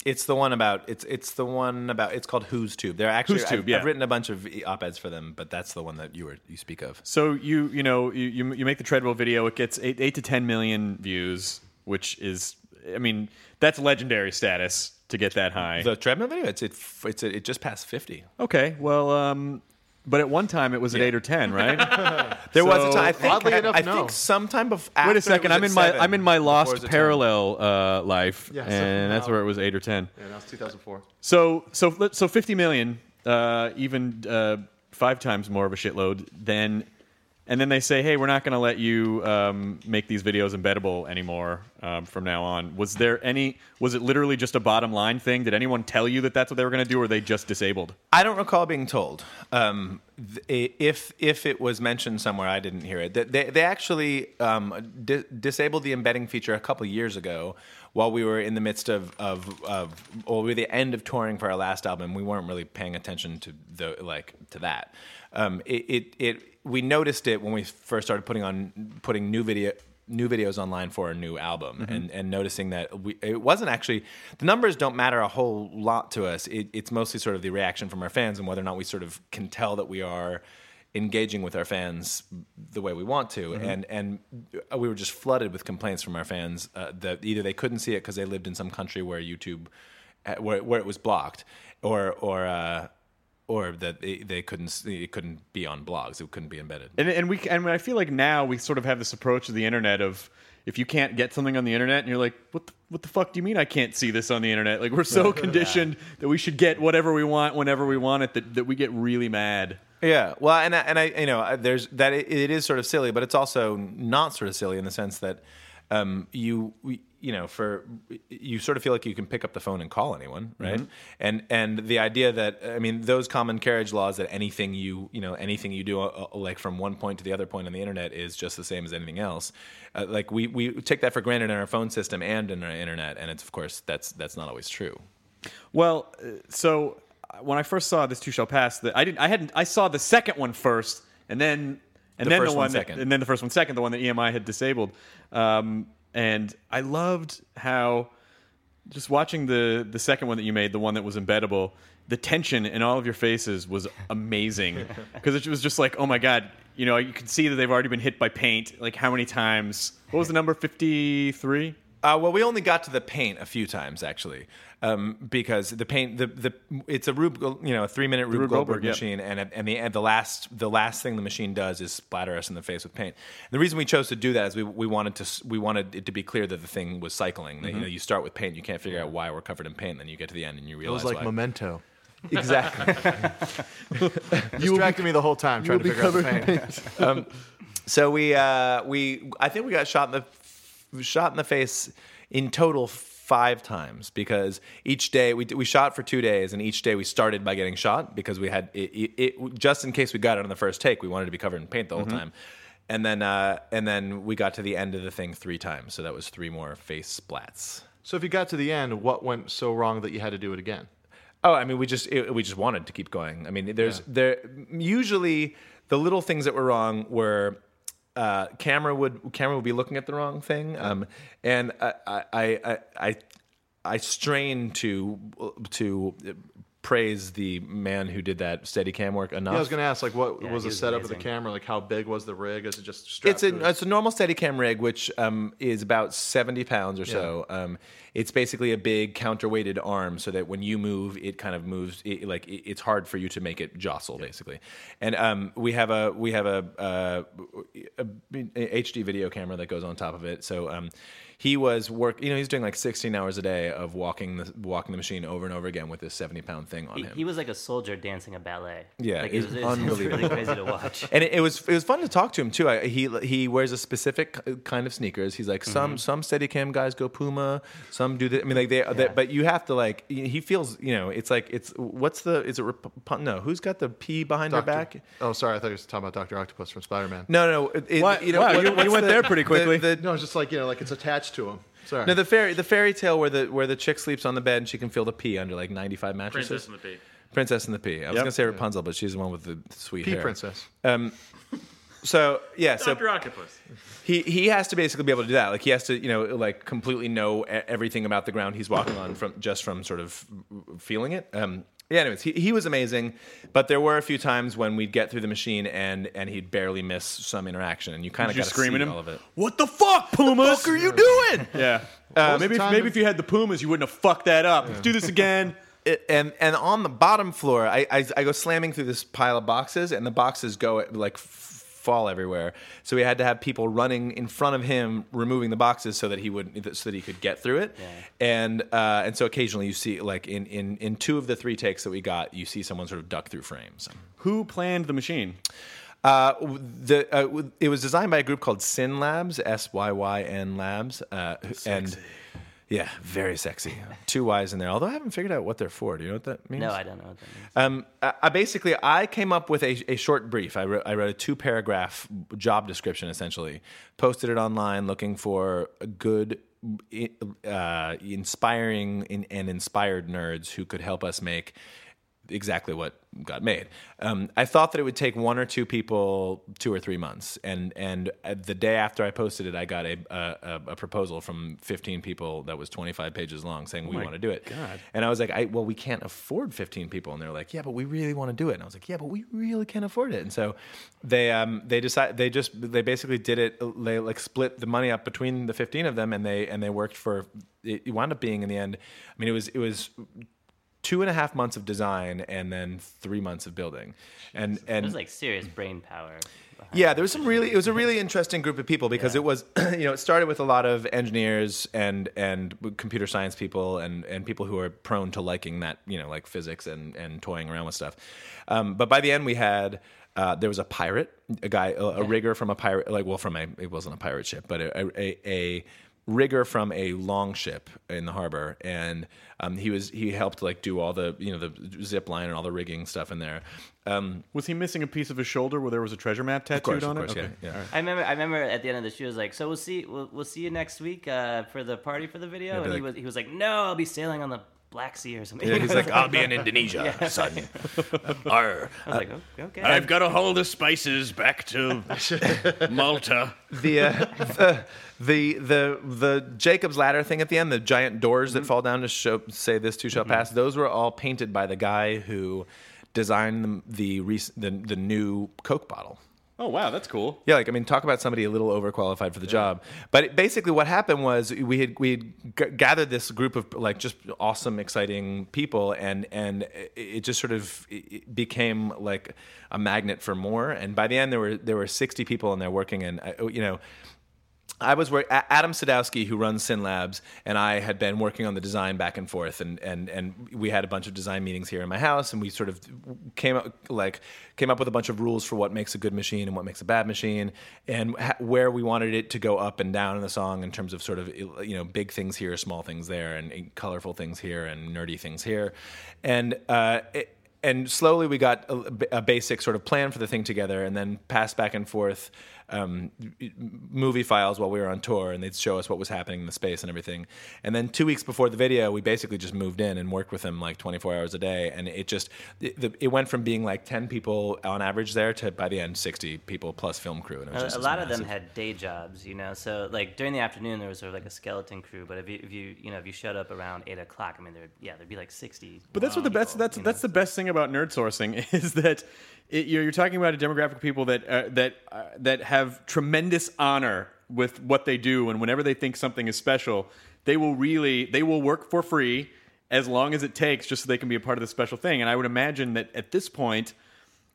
Speaker 2: it's the one about it's it's the one about it's called Who's Tube. They're actually
Speaker 3: Who's
Speaker 2: I've-
Speaker 3: Tube, yeah.
Speaker 2: I've written a bunch of op eds for them, but that's the one that you were you speak of.
Speaker 3: So you you know you you, you make the treadmill video. It gets eight, eight to ten million views, which is I mean that's legendary status to get that high.
Speaker 2: The treadmill video, it's it it's it just passed fifty.
Speaker 3: okay, well, um, but at one time it was at eight or ten, right?
Speaker 2: There was
Speaker 3: So-
Speaker 2: a time. I think,
Speaker 6: Oddly
Speaker 2: I,
Speaker 6: enough,
Speaker 2: I
Speaker 6: no.
Speaker 2: think sometime before.
Speaker 3: Wait a second, I'm in my i I'm in my lost parallel uh, life,
Speaker 6: Yeah, so
Speaker 3: and that's
Speaker 6: now-
Speaker 3: where it was eight or ten.
Speaker 6: Yeah, that was 2004.
Speaker 3: So so let- so fifty million, uh, even uh, five times more of a shitload than, and then they say, hey, we're not going to let you um, make these videos embeddable anymore um, from now on. Was there any? Was it literally just a bottom line thing? Did anyone tell you that that's what they were going to do, or they just disabled?
Speaker 2: I don't recall being told. Um, th- if if it was mentioned somewhere, I didn't hear it. They they, they actually um, di- disabled the embedding feature a couple years ago, while we were in the midst of of, of well, we were the end of touring for our last album. We weren't really paying attention to the like to that. Um, it, it it we noticed it when we first started putting on putting new video new videos online for a new album and, and noticing that we, it wasn't actually the numbers don't matter a whole lot to us it, it's mostly sort of the reaction from our fans and whether or not we sort of can tell that we are engaging with our fans the way we want to and and we were just flooded with complaints from our fans uh, that either they couldn't see it because they lived in some country where youtube uh, where, where it was blocked or or uh, or that they, they couldn't see, it couldn't be on blogs it couldn't be embedded
Speaker 3: And and we and I feel like now we sort of have this approach to the internet of. If you can't get something on the internet, and you're like, "What the, what the fuck do you mean I can't see this on the internet?" Like we're so conditioned that we should get whatever we want whenever we want it that, that we get really mad.
Speaker 2: Yeah, well, and I, and I, you know, I- there's that. It, it is sort of silly, but it's also not sort of silly in the sense that um, you, we- you know, for you sort of feel like you can pick up the phone and call anyone, right? And and the idea that I mean, those common carriage laws that anything you, you know, anything you do, uh, uh, like from one point to the other point on the internet, is just the same as anything else. Uh, like we we take that for granted in our phone system and in our internet, and it's of course that's that's not always true.
Speaker 3: Well, uh, so uh, when I first saw this two shall pass, the, I didn't. I hadn't. I saw the second one first, and then and
Speaker 2: The
Speaker 3: then
Speaker 2: first
Speaker 3: the
Speaker 2: one
Speaker 3: one, that-
Speaker 2: second.
Speaker 3: and then the first one second, the one that EMI had disabled. Um, and I loved how just watching the the second one that you made, the one that was embeddable, the tension in all of your faces was amazing because it was just like, oh my god, you know, you could see that they've already been hit by paint. Like how many times? What was the number? Fifty three.
Speaker 2: Uh, well, we only got to the paint a few times actually, um, because the paint the, the it's a Rube Gol- you know a three minute Rube,
Speaker 3: Rube
Speaker 2: Goldberg,
Speaker 3: Goldberg, yeah.
Speaker 2: machine, and at- and the and the last the last thing the machine does is splatter us in the face with paint. the reason we chose to do that is we, we wanted to s- we wanted it to be clear that the thing was cycling. That you
Speaker 6: Mm-hmm.
Speaker 2: know you start with paint, you can't figure out why we're covered in paint, then you get to the end and you
Speaker 6: It
Speaker 2: realize
Speaker 6: was like
Speaker 2: why.
Speaker 6: Memento.
Speaker 2: exactly.
Speaker 6: You distracted me the whole time trying to figure out the pain.
Speaker 2: So we uh, we I think we got shot in the f- shot in the face in total five times because each day we we shot for two days and each day we started by getting shot because we had it, it, it just in case we got it on the first take we wanted to be covered in paint the whole time. And then, uh, and then we got to the end of the thing three times, so that was three more face splats.
Speaker 6: So if you got to the end, what went so wrong that you had to do it again?
Speaker 2: Oh, I mean, we just it, we just wanted to keep going. I mean, there's there usually the little things that were wrong were uh, camera would camera would be looking at the wrong thing, um, and I I, I I I strain to to praise the man who did that steady cam work enough.
Speaker 6: Yeah, I was gonna ask, like, what was
Speaker 4: he
Speaker 6: the
Speaker 4: was
Speaker 6: setup of the
Speaker 4: amazing.
Speaker 6: camera? Like, how big was the rig? Is it just strapped?
Speaker 2: it's a
Speaker 6: to it?
Speaker 2: it's a normal Steadicam rig, which um, is about seventy pounds or so. Um, it's basically a big counterweighted arm, so that when you move, it kind of moves. It, like it, it's hard for you to make it jostle, basically. And um, we have a we have a, uh, a, a HD video camera that goes on top of it. So um, he was work. You know, he's doing like sixteen hours a day of walking the walking the machine over and over again with this seventy pound thing on
Speaker 4: He,
Speaker 2: him.
Speaker 4: he was like a soldier dancing a ballet.
Speaker 2: Yeah,
Speaker 4: like
Speaker 2: it's
Speaker 4: it was, it was really
Speaker 2: unbelievable.
Speaker 4: crazy to watch.
Speaker 2: and it, it was it was fun to talk to him too. I, he he wears a specific k- kind of sneakers. He's like
Speaker 3: Mm-hmm.
Speaker 2: some some Steadicam guys go Puma, some do this. I mean, like they, they- but you have to like y- he feels you know it's like it's what's the is it Rap- no who's got the P behind their
Speaker 6: Doctor-
Speaker 2: back?
Speaker 6: Oh, sorry, I thought you were talking about Doctor Octopus from Spider Man.
Speaker 2: No, no, it- it-
Speaker 3: What?
Speaker 2: you know,
Speaker 3: Wow,
Speaker 2: what-
Speaker 3: you- you
Speaker 2: what's
Speaker 3: went
Speaker 2: the-
Speaker 3: there pretty
Speaker 2: the-
Speaker 3: quickly.
Speaker 2: the-
Speaker 6: No, it's just like you know, like it's attached to him. Sorry.
Speaker 2: no, the fairy the fairy tale where the where the chick sleeps on the bed and she can feel the pee under like ninety five mattresses.
Speaker 5: Princess and the Pea.
Speaker 2: Princess and the Pea. I was
Speaker 3: Yep.
Speaker 2: gonna say Rapunzel, but she's the one with the sweet
Speaker 6: Pea
Speaker 2: hair.
Speaker 6: princess.
Speaker 2: So yeah, so
Speaker 5: Dr. Octopus.
Speaker 2: he he has to basically be able to do that. Like he has to, you know, like completely know e- everything about the ground he's walking on from just from sort of feeling it. Um, yeah. Anyways, he, he was amazing, but there were a few times when we'd get through the machine and and he'd barely miss some interaction, and you kind of
Speaker 3: you
Speaker 2: got
Speaker 3: screaming
Speaker 2: see
Speaker 3: him?
Speaker 2: all of it.
Speaker 3: What the fuck, Pumas?
Speaker 2: What are you doing?
Speaker 3: Yeah. Uh,
Speaker 6: was
Speaker 3: maybe
Speaker 6: the
Speaker 3: if,
Speaker 6: time
Speaker 3: maybe
Speaker 6: of-
Speaker 3: if you had the Pumas, you wouldn't have fucked that up. Let's do this again.
Speaker 2: It- and and on the bottom floor, I, I I go slamming through this pile of boxes, and the boxes go like f- fall everywhere. So we had to have people running in front of him, removing the boxes so that he would so that he could get through it. And uh, and so occasionally you see like in in in two of the three takes that we got, you see someone sort of duck through frames.
Speaker 3: Who planned the machine?
Speaker 2: Uh, w- the uh, w- it was designed by a group called Sin Labs, S Y Y N Labs, uh, who- and yeah, very sexy. Two Y's in there. Although I haven't figured out what they're for. Do you know what that means?
Speaker 4: No, I don't know what that means.
Speaker 2: Um, I, I basically I came up with a, a short brief. I wrote, I wrote a two paragraph job description essentially, posted it online, looking for a good, uh, inspiring in- and inspired nerds who could help us make exactly what got made. Um, I thought that it would take one or two people two or three months, and and uh, the day after I posted it, I got a a, a proposal from fifteen people that was twenty five pages long saying we want to do it. And I was like, I well, we can't afford fifteen people, and they're like, yeah, but we really want to do it. And I was like, yeah, but we really can't afford it. And so they um they decide they just they basically did it. They like split the money up between the fifteen of them, and they and they worked for. It it wound up being in the end. I mean, it was it was two and a half months of design and then three months of building and
Speaker 4: It
Speaker 2: and
Speaker 4: was like serious brain power. behind
Speaker 2: yeah
Speaker 4: it.
Speaker 2: there was some really it was a really interesting group of people because it was you know it started with a lot of engineers and and computer science people and and people who are prone to liking that you know like physics and and toying around with stuff um, but by the end we had uh, there was a pirate a guy a, a rigger from a pirate like well from a it wasn't a pirate ship but a a, a, a rigger from a long ship in the harbor and um, he was he helped like do all the you know the zip line and all the rigging stuff in there um,
Speaker 3: Was he missing a piece of his shoulder where there was a treasure map tattooed
Speaker 2: of course, of
Speaker 3: on
Speaker 2: course
Speaker 3: it?
Speaker 2: yeah,
Speaker 3: Okay.
Speaker 2: yeah.
Speaker 4: I remember. I remember at the end of the show, he was like, "So we'll see. We'll, we'll see you next week uh, for the party for the video." and
Speaker 2: be
Speaker 4: he
Speaker 2: like-
Speaker 4: was he was like, "No, I'll be sailing on the Black Sea or something."
Speaker 2: Yeah, he's like, I'll be in Indonesia, son. Arr.
Speaker 4: I was like, "Oh, "Okay."
Speaker 5: I've got to haul the spices back to Malta.
Speaker 2: The, uh, the the the the Jacob's ladder thing at the end, the giant doors that fall down to show, say this too shall pass. Those were all painted by the guy who designed the the, rec- the the new Coke bottle.
Speaker 3: Oh wow, that's cool.
Speaker 2: Yeah, like I mean, talk about somebody a little overqualified for the job. But it, basically, what happened was we had we had g- gathered this group of like just awesome, exciting people, and and it, it just sort of it- it became like a magnet for more. And by the end, there were there were sixty people in there working, and I, you know. I was work- A- Adam Sadowski, who runs Sin Labs, and I had been working on the design back and forth, and and and we had a bunch of design meetings here in my house, and we sort of came up like came up with a bunch of rules for what makes a good machine and what makes a bad machine, and ha- where we wanted it to go up and down in the song in terms of sort of you know big things here, small things there, and, and colorful things here, and nerdy things here, and. Uh, it, and slowly we got a, a basic sort of plan for the thing together and then passed back and forth um, movie files while we were on tour, and they'd show us what was happening in the space and everything. And then two weeks before the video, we basically just moved in and worked with them like 24 hours a day, and it just it, the, it went from being like 10 people on average there to by the end 60 people plus film crew. And it was
Speaker 4: A-
Speaker 2: just
Speaker 4: a
Speaker 2: this
Speaker 4: lot of them
Speaker 2: massive-
Speaker 4: had day jobs, you know. So like during the afternoon, there was sort of like a skeleton crew. But if you if you you know if you showed up around eight o'clock, I mean, there'd yeah, there'd be like sixty.
Speaker 3: But that's what the
Speaker 2: Oh,
Speaker 4: people,
Speaker 3: best that's
Speaker 4: you know,
Speaker 3: that's the best thing about nerd sourcing is that it, you're, you're talking about a demographic of people that uh, that uh, that have tremendous honor with what they do and whenever they think something is special, they will really they will work for free as long as it takes just so they can be a part of the special thing. And I would imagine that at this point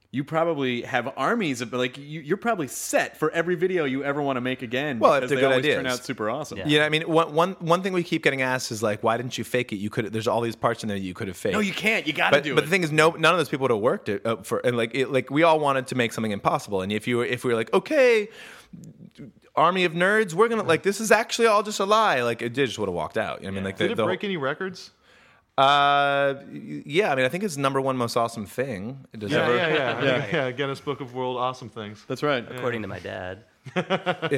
Speaker 3: you probably have armies of like you, you're probably set for every video you ever want to make again.
Speaker 2: Well, if
Speaker 3: because
Speaker 2: they're
Speaker 3: they
Speaker 2: good
Speaker 3: always turn
Speaker 2: ideas.
Speaker 3: out super awesome.
Speaker 2: Yeah, I mean, one, one, one thing we keep getting asked is like, why didn't you fake it? You could. There's all these parts in there you could have faked.
Speaker 3: No, you can't. You got to
Speaker 2: But,
Speaker 3: do
Speaker 2: but
Speaker 3: it.
Speaker 2: the thing is, no, none of those people would have worked it, uh, for, and like, it, like we all wanted to make something impossible. And if you were, if we were like, okay, army of nerds, we're gonna like, this is actually all just a lie. Like, it just would have walked out. I mean, like,
Speaker 6: Did
Speaker 2: the,
Speaker 6: it
Speaker 2: the-
Speaker 6: break any records?
Speaker 2: uh, yeah. I mean, I think it's the number one most awesome thing. It does
Speaker 6: Yeah,
Speaker 2: ever-
Speaker 6: yeah, yeah, yeah. yeah. Guinness Book of World Awesome Things.
Speaker 3: That's right.
Speaker 4: according to my dad.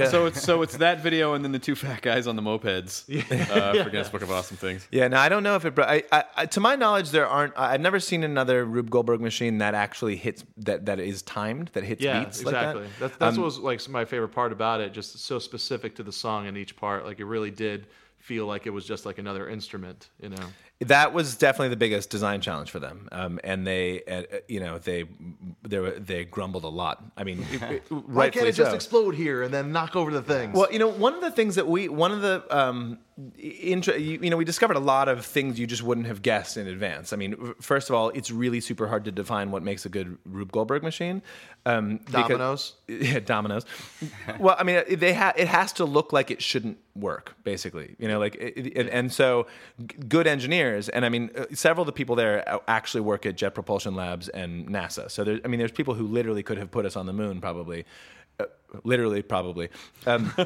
Speaker 3: So it's so it's that video and then the two fat guys on the mopeds uh, for Guinness Book of Awesome Things.
Speaker 2: Yeah, no, I don't know if it. bro- I, I, I, to my knowledge, there aren't. I- I've never seen another Rube Goldberg machine that actually hits that that is timed that hits
Speaker 6: Yeah,
Speaker 2: beats
Speaker 6: exactly.
Speaker 2: like that.
Speaker 6: That's, that's what was like my favorite part about it. Just so specific to the song in each part. Like it really did feel like it was just like another instrument. You know.
Speaker 2: that was definitely the biggest design challenge for them, um, and they, uh, you know, they they were- they grumbled a lot. I mean, it- it-
Speaker 6: Why can't
Speaker 2: rightfully
Speaker 6: it just
Speaker 2: so.
Speaker 6: explode here and then knock over the things?
Speaker 2: Well, you know, one of the things that we, one of the, um, intra, you, you know, we discovered a lot of things you just wouldn't have guessed in advance. I mean, f- first of all, it's really super hard to define what makes a good Rube Goldberg machine. Um, because-
Speaker 6: Dominoes?
Speaker 2: yeah, dominoes. well, I mean, they ha- it has to look like it shouldn't work, basically. You know, like, it, it- and, and so g- good engineers, and I mean, uh, several of the people there a- actually work at Jet Propulsion Labs and NASA. So there, I mean, there's people who literally could have put us on the moon, probably. Uh, literally, probably. Um,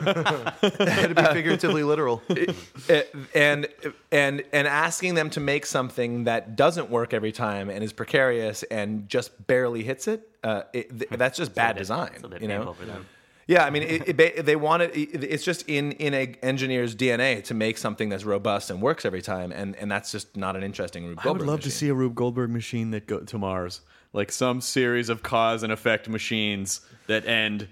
Speaker 6: had to be figuratively literal.
Speaker 2: uh, and and and asking them to make something that doesn't work every time and is precarious and just barely hits it, uh, it th- that's just bad design.
Speaker 4: It's a bit
Speaker 2: you know?
Speaker 4: painful for them.
Speaker 2: Yeah, I mean, it, it, ba- they want it. it- It's just in in a engineer's DNA to make something that's robust and works every time, and and that's just not an interesting. Rube
Speaker 3: I would
Speaker 2: Goldberg
Speaker 3: love to
Speaker 2: machine.
Speaker 3: see a Rube Goldberg machine that go to Mars, like some series of cause and effect machines that end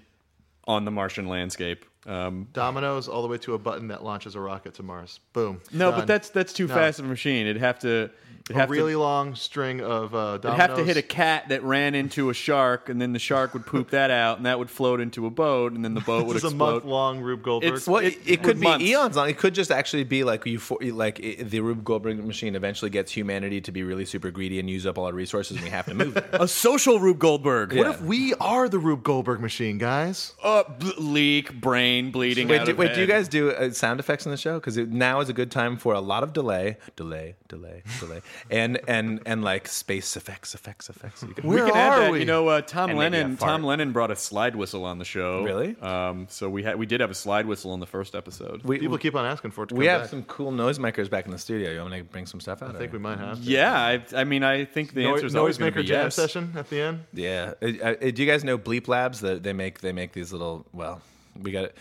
Speaker 3: on the Martian landscape. Um,
Speaker 6: Dominoes all the way to a button that launches a rocket to Mars. Boom.
Speaker 3: no,
Speaker 6: Done.
Speaker 3: but that's that's too
Speaker 6: No.
Speaker 3: fast of a machine. It'd have to it'd
Speaker 6: a
Speaker 3: have
Speaker 6: really
Speaker 3: to,
Speaker 6: long string of uh, dominoes.
Speaker 3: it'd have to hit a cat that ran into a shark, and then the shark would poop that out, and that would float into a boat, and then the boat would
Speaker 6: This is a
Speaker 3: explode.
Speaker 6: month long Rube Goldberg.
Speaker 3: It's-
Speaker 2: Well, it,
Speaker 3: It-
Speaker 2: it could be
Speaker 3: months.
Speaker 2: eons long. It could just actually be like you, for, like it, the Rube Goldberg machine eventually gets humanity to be really super greedy and use up all our resources, and we have to move there.
Speaker 3: a social Rube Goldberg.
Speaker 2: Yeah.
Speaker 6: What if we are the Rube Goldberg machine, guys?
Speaker 3: Uh, bl- leak, brain bleeding.
Speaker 2: Wait,
Speaker 3: out
Speaker 2: do,
Speaker 3: of
Speaker 2: wait, do you
Speaker 3: head.
Speaker 2: guys do uh, sound effects in the show? Because now is a good time for a lot of delay, delay, delay, delay, and and and like space effects, effects, effects. You can-
Speaker 3: We
Speaker 6: Where
Speaker 3: can add
Speaker 6: are
Speaker 3: that.
Speaker 6: we?
Speaker 3: You know, uh, Tom
Speaker 4: And maybe a
Speaker 3: Lennon.
Speaker 4: fart.
Speaker 3: Tom Lennon brought a slide whistle on the show.
Speaker 2: Really?
Speaker 3: Um, so we had we did have a slide whistle in the first episode.
Speaker 2: we
Speaker 6: People keep on asking for it to
Speaker 2: we
Speaker 6: come
Speaker 2: have
Speaker 6: back.
Speaker 2: some cool noise makers back in the studio. You want to bring some stuff out?
Speaker 6: I think we might have. to.
Speaker 3: yeah, I, I mean, I think the
Speaker 6: Noi-
Speaker 3: answer is always going to
Speaker 6: Noisemaker
Speaker 3: be
Speaker 6: jam
Speaker 3: yes.
Speaker 6: session at the end.
Speaker 2: Yeah. Uh, uh, do you guys know Bleep Labs? That they make they make these little. Well, we got it.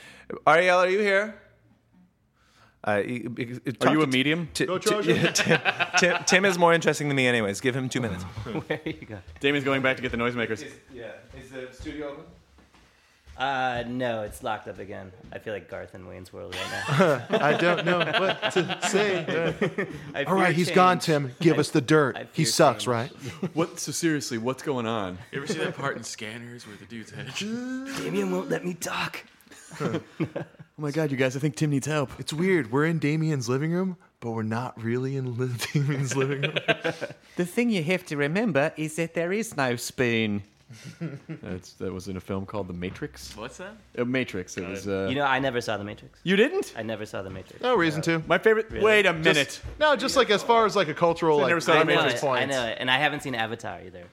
Speaker 2: Ariel, are you here? Uh, you- you- talk
Speaker 3: you
Speaker 2: to
Speaker 3: a
Speaker 2: Ti-
Speaker 3: medium?
Speaker 2: Ti-
Speaker 6: Go
Speaker 2: Ti-
Speaker 6: Trojans.
Speaker 2: Tim, Tim, Tim is more interesting than me, anyways. Give him two minutes.
Speaker 4: Where are you going?
Speaker 3: Damien's going back to get the noisemakers.
Speaker 2: yeah. Is the studio open?
Speaker 4: Uh, no, it's locked up again. I feel like Garth in Wayne's World right now.
Speaker 6: I don't know what to say.
Speaker 4: I
Speaker 6: All right,
Speaker 4: fear
Speaker 6: he's gone,
Speaker 4: change.
Speaker 6: Tim. Give us the dirt.
Speaker 4: I
Speaker 6: He
Speaker 4: fear
Speaker 6: sucks,
Speaker 4: change.
Speaker 6: right?
Speaker 3: What? So seriously, what's going on?
Speaker 8: You ever see that part in Scanners where the dude's head?
Speaker 4: Damien won't let me talk.
Speaker 3: Oh my God, you guys! I think Tim needs help.
Speaker 6: It's weird. We're in Damien's living room, but we're not really in li- Damien's living room.
Speaker 3: The thing you have to remember is that there is no spoon. That's that was in a film called The Matrix.
Speaker 8: What's that?
Speaker 3: Uh, Matrix. It was. Uh,
Speaker 4: You know, I never saw The Matrix.
Speaker 3: you didn't.
Speaker 4: I never saw The Matrix.
Speaker 6: No reason to.
Speaker 3: My favorite. Wait a minute.
Speaker 6: No, just like as far as like a cultural
Speaker 3: I never
Speaker 6: like
Speaker 3: saw
Speaker 4: I
Speaker 3: The
Speaker 4: know
Speaker 3: Matrix.
Speaker 4: it. I know it, and I haven't seen Avatar either.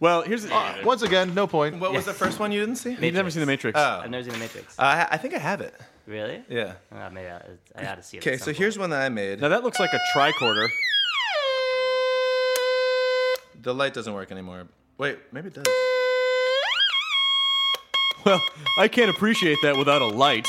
Speaker 3: Well, here's. The,
Speaker 6: Uh, Once again, no point.
Speaker 2: What was the first one you didn't see?
Speaker 3: you've never seen The Matrix.
Speaker 4: I've never seen The Matrix.
Speaker 2: Uh, I- I think I have it.
Speaker 4: really?
Speaker 2: Yeah.
Speaker 4: Uh, maybe I, I ought to see it.
Speaker 2: Okay, so here's one that I made.
Speaker 3: Now that looks like a tricorder.
Speaker 2: The light doesn't work anymore. Wait, maybe it does.
Speaker 3: well, I can't appreciate that without a light.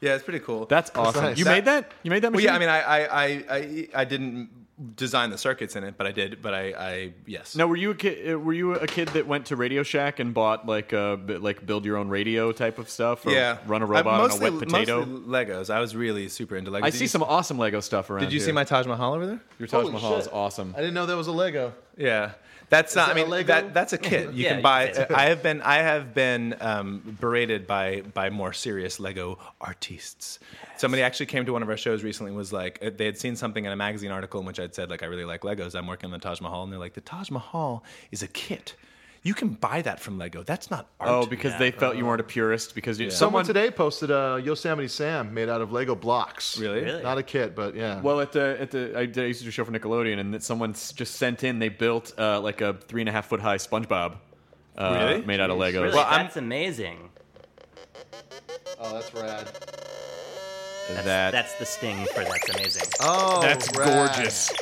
Speaker 2: yeah, it's pretty cool.
Speaker 3: That's awesome.
Speaker 2: nice.
Speaker 3: You made that? You made that
Speaker 2: Well, yeah. I
Speaker 3: machine?
Speaker 2: mean, I I, I I I didn't design the circuits in it, but I did. But I, I yes.
Speaker 3: Now, were you a kid? uh, Were you a kid that went to Radio Shack and bought like uh, b- like build your own radio type of stuff? Or
Speaker 2: yeah.
Speaker 3: Run a
Speaker 2: I
Speaker 3: robot
Speaker 2: mostly,
Speaker 3: on a wet potato.
Speaker 2: Mostly Legos. I was really super into Legos.
Speaker 3: I
Speaker 2: Did
Speaker 3: see
Speaker 2: you-
Speaker 3: some awesome Lego stuff around.
Speaker 2: Did you see
Speaker 3: here.
Speaker 2: my Taj Mahal over there?
Speaker 3: Your Taj
Speaker 6: Holy
Speaker 3: Mahal is
Speaker 6: shit.
Speaker 3: awesome.
Speaker 6: I didn't know that was a Lego.
Speaker 2: Yeah. That's not.
Speaker 6: that
Speaker 2: I
Speaker 6: a
Speaker 2: mean,
Speaker 6: Lego?
Speaker 2: that that's a kit. You
Speaker 4: Yeah,
Speaker 2: can
Speaker 4: you
Speaker 2: buy.
Speaker 4: can say
Speaker 2: I have been. I have been um, berated by by more serious Lego artists. Somebody actually came to one of our shows recently. and Was like uh, they had seen something in a magazine article in which I'd said like I really like Legos. I'm working on the Taj Mahal, and they're like the Taj Mahal is a kit. You can buy that from Lego. That's not art.
Speaker 3: Oh, because they felt you weren't a purist because you, someone
Speaker 6: Someone today posted a Yosemite Sam made out of Lego blocks.
Speaker 2: Really? Really?
Speaker 6: Not a kit, but yeah.
Speaker 3: Well, at the at the I, did, I used to do a show for Nickelodeon, and that someone s- just sent in. They built uh, like a three and a half foot high SpongeBob, uh,
Speaker 2: Really?
Speaker 3: made out of Legos.
Speaker 4: Really,
Speaker 2: Well, I'm-
Speaker 4: that's amazing.
Speaker 6: oh, that's rad.
Speaker 3: that,
Speaker 4: That's the sting for that's amazing.
Speaker 2: Uh,
Speaker 6: Oh,
Speaker 5: That's
Speaker 6: rad.
Speaker 5: gorgeous.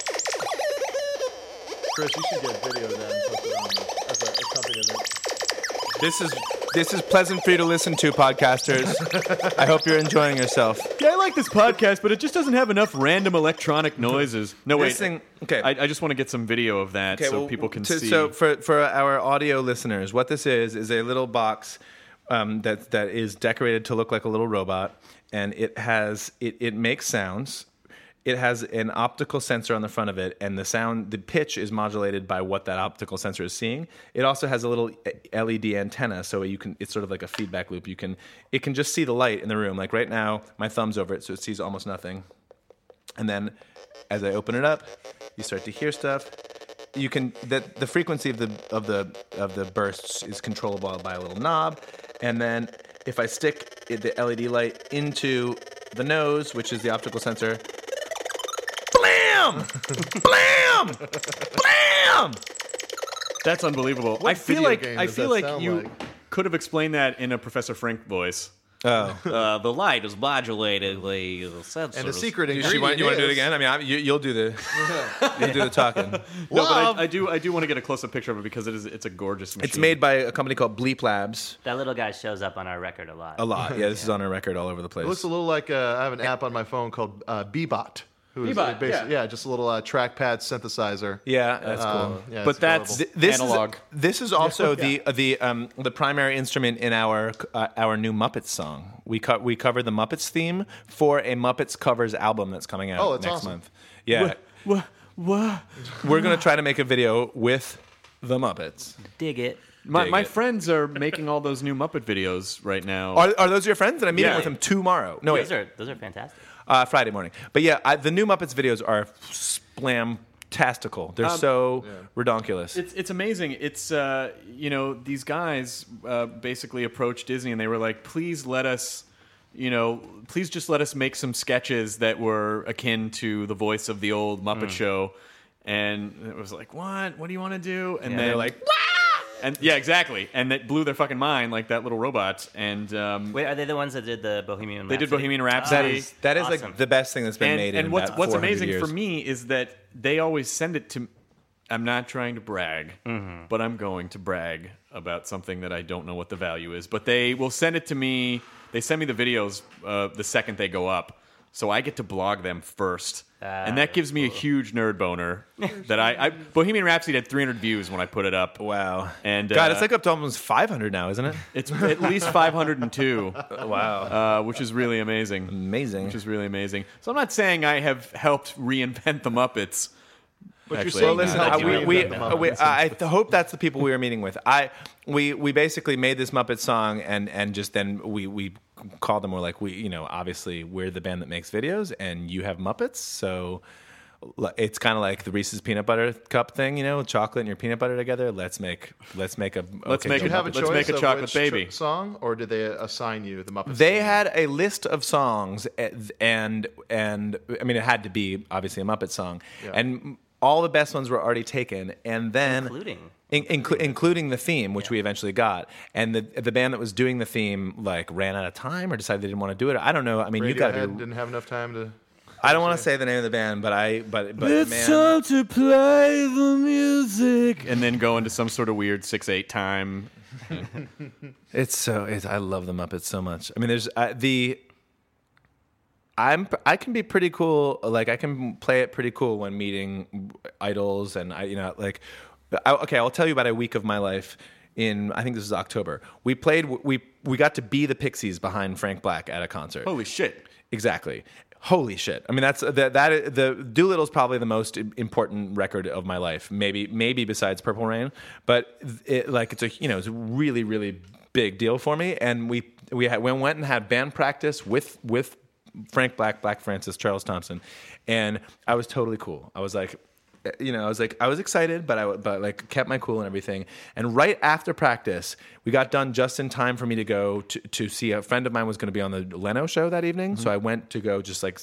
Speaker 6: Chris, you should get a video of that and post it on the, as a, as something in it.
Speaker 2: This is this is pleasant for you to listen to, podcasters. I hope you're enjoying yourself.
Speaker 3: yeah, I like this podcast, but it just doesn't have enough random electronic noises. No, wait.
Speaker 2: This thing- okay.
Speaker 3: I, I just want to get some video of that so
Speaker 2: well,
Speaker 3: people can
Speaker 2: to-
Speaker 3: see.
Speaker 2: So for for our audio listeners, what this is is a little box um, that that is decorated to look like a little robot, and it has it it makes sounds. It has an optical sensor on the front of it, and the sound, the pitch is modulated by what that optical sensor is seeing. It also has a little eh, LED antenna, so you can. It's sort of like a feedback loop. You can, it can just see the light in the room. Like right now, my thumb's over it, so it sees almost nothing. And then, as I open it up, you start to hear stuff you can the, the frequency of the of the of the bursts is controllable by a little knob and then if i stick it- the led light into the nose which is the optical sensor blam blam blam
Speaker 3: That's unbelievable. I feel
Speaker 6: video
Speaker 3: like
Speaker 6: game
Speaker 3: I
Speaker 6: does
Speaker 3: feel
Speaker 6: that
Speaker 3: like
Speaker 6: sound
Speaker 3: you
Speaker 6: like?
Speaker 3: could have explained that in a Professor Frank voice.
Speaker 2: oh
Speaker 4: Uh, the light is modulated by the sensors.
Speaker 6: And the secret
Speaker 2: you,
Speaker 6: ingredient
Speaker 2: want, to do it
Speaker 6: is-
Speaker 2: again i mean you, you'll do the you'll do the talking
Speaker 3: No,
Speaker 6: Love.
Speaker 3: but I, I do I do want to get a close up picture of it because it is it's a gorgeous machine.
Speaker 2: it's made by a company called bleep labs
Speaker 4: that little guy shows up on our record a lot.
Speaker 2: a lot yeah this is on a record all over the place
Speaker 6: It looks a little like uh, I have an app on my phone called uh, Bebot. Who is uh,
Speaker 3: Bebot,
Speaker 6: basi- yeah. just a little uh, trackpad synthesizer.
Speaker 2: Uh, yeah that's
Speaker 6: Um,
Speaker 2: cool
Speaker 6: yeah,
Speaker 3: But
Speaker 6: it's
Speaker 3: that's-
Speaker 6: adorable.
Speaker 2: Th- this
Speaker 3: Analog.
Speaker 2: Is, this is also the the um, the primary instrument in our uh, our new Muppets song. We co- we cover the Muppets theme for a Muppets covers album that's coming out
Speaker 6: Oh, that's
Speaker 2: next
Speaker 6: awesome.
Speaker 2: month. Yeah,
Speaker 3: Wha- wha-
Speaker 2: we're gonna try to make a video with the Muppets.
Speaker 4: Dig it.
Speaker 3: My,
Speaker 2: Dig
Speaker 3: my
Speaker 2: it.
Speaker 3: friends are making all those new Muppet videos right now.
Speaker 2: Are, are those your friends? And I'm meeting
Speaker 3: Yeah.
Speaker 2: with them tomorrow. No,
Speaker 4: Those
Speaker 2: wait,
Speaker 4: are those are fantastic.
Speaker 2: uh, Friday morning. But yeah, I, the new Muppets videos are splamtastical. They're so redonkulous.
Speaker 3: it's it's amazing. It's uh, you know these guys uh, basically approached Disney and they were like, please let us, you know, please just let us make some sketches that were akin to the voice of the old
Speaker 2: Hmm.
Speaker 3: Muppet Show. And it was like, what? What do you want to do? And
Speaker 2: they're
Speaker 3: then
Speaker 2: like,
Speaker 3: and yeah, exactly. And that blew their fucking mind, like that little robot. And um,
Speaker 4: Wait, are they the ones that did the Bohemian?
Speaker 3: They did Bohemian Rhapsody.
Speaker 2: that is that is
Speaker 4: Awesome.
Speaker 2: like the best thing that's been
Speaker 3: and,
Speaker 2: made.
Speaker 3: and
Speaker 2: in
Speaker 3: what's
Speaker 2: about
Speaker 3: what's
Speaker 2: 400
Speaker 3: amazing
Speaker 2: years.
Speaker 3: for me is that they always send it to. I'm not trying to brag,
Speaker 2: Mm-hmm.
Speaker 3: but I'm going to brag about something that I don't know what the value is. But they will send it to me. They send me the videos uh, the second they go up, so I get to blog them first,
Speaker 2: Ah,
Speaker 3: and that gives me a huge nerd boner. that I, I Bohemian Rhapsody had 300 views when I put it up.
Speaker 2: Wow.
Speaker 3: And,
Speaker 2: God,
Speaker 3: uh,
Speaker 2: it's like up to almost 500 now, isn't it?
Speaker 3: It's at least 502,
Speaker 2: wow.
Speaker 3: uh, which is really amazing.
Speaker 2: Amazing.
Speaker 3: which is really amazing. So I'm not saying I have helped reinvent the Muppets. But
Speaker 6: you're saying
Speaker 2: Listen,
Speaker 6: Yeah,
Speaker 2: I,
Speaker 6: that's
Speaker 2: we,
Speaker 6: right.
Speaker 2: we,
Speaker 6: That's
Speaker 2: uh, we, I th- hope that's the people we were meeting with. I we we basically made this Muppet song and and just then we we called them. We're like we you know obviously we're the band that makes videos and you have Muppets, so l- it's kind of like the Reese's peanut butter cup thing. You know, chocolate and your peanut butter together. Let's make let's make a
Speaker 3: Let's
Speaker 2: okay,
Speaker 3: make
Speaker 2: Joe
Speaker 3: it
Speaker 6: you have a
Speaker 2: Muppet.
Speaker 3: Let's
Speaker 6: choice
Speaker 3: make a
Speaker 6: of
Speaker 3: chocolate
Speaker 6: which
Speaker 3: baby.
Speaker 6: tr- song, or did they assign you the Muppets?
Speaker 2: They
Speaker 6: song?
Speaker 2: had a list of songs, and and, and I mean, it had to be obviously a Muppet song, and all the best ones were already taken, and then
Speaker 4: Including-
Speaker 2: in, inclu- including the theme, which we eventually got, and the the band that was doing the theme like ran out of time or decided they didn't want to do it. I don't know. I mean, you got
Speaker 6: Radiohead
Speaker 2: to.
Speaker 6: didn't have enough time to.
Speaker 2: I don't want to say the name of the band, but I but but
Speaker 3: it's
Speaker 2: man,
Speaker 3: time to play the music, and then go into some sort of weird six eight time.
Speaker 2: It's so it's, I love the Muppets so much. I mean, there's uh, the I'm I can be pretty cool. Like I can play it pretty cool when meeting idols and I you know like I, okay, I'll tell you about a week of my life. In I think this is October. We played. We we got to be the Pixies behind Frank Black at a concert.
Speaker 3: Holy shit!
Speaker 2: Exactly. Holy shit! I mean, that's uh, that that the Doolittle's probably the most im- important record of my life. Maybe maybe besides Purple Rain, but it, like it's a you know it's a really really big deal for me. And we we had, we went and had band practice with with Frank Black, Black Francis, Charles Thompson, and I was totally cool. I was like. You know, I was like, I was excited, but I w- but like kept my cool and everything. And right after practice, we got done just in time for me to go to, to see a friend of mine was going to be on the Leno show that evening, so I went to go just like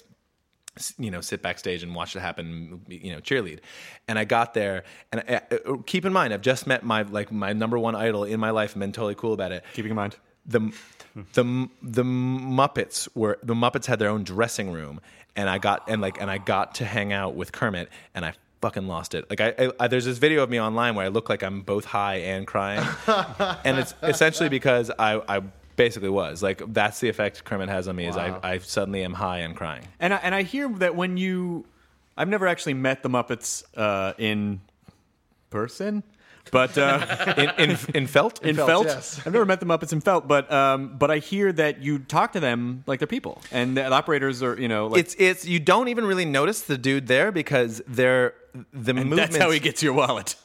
Speaker 2: s- you know sit backstage and watch it happen you know cheerlead and i got there and I, uh, keep in mind i've just met my like my number one idol in my life and been totally cool about it
Speaker 3: Keeping in mind,
Speaker 2: the the the Muppets were the Muppets had their own dressing room, and I got and like and I got to hang out with Kermit, and I fucking lost it. Like I, I, I there's this video of me online where I look like I'm both high and crying, and it's essentially because I I basically was like that's the effect Kermit has on me is I I suddenly am high and crying.
Speaker 3: and I, and I hear that when you, I've never actually met the Muppets uh, in person, but uh,
Speaker 2: In in, in felt
Speaker 3: in, felt. I've never met the Muppets in felt, but um, but I hear that you talk to them like they're people, and the operators are you know like
Speaker 2: It's it's you don't even really notice the dude there because they're the
Speaker 3: and
Speaker 2: movements.
Speaker 3: that's how he gets your wallet.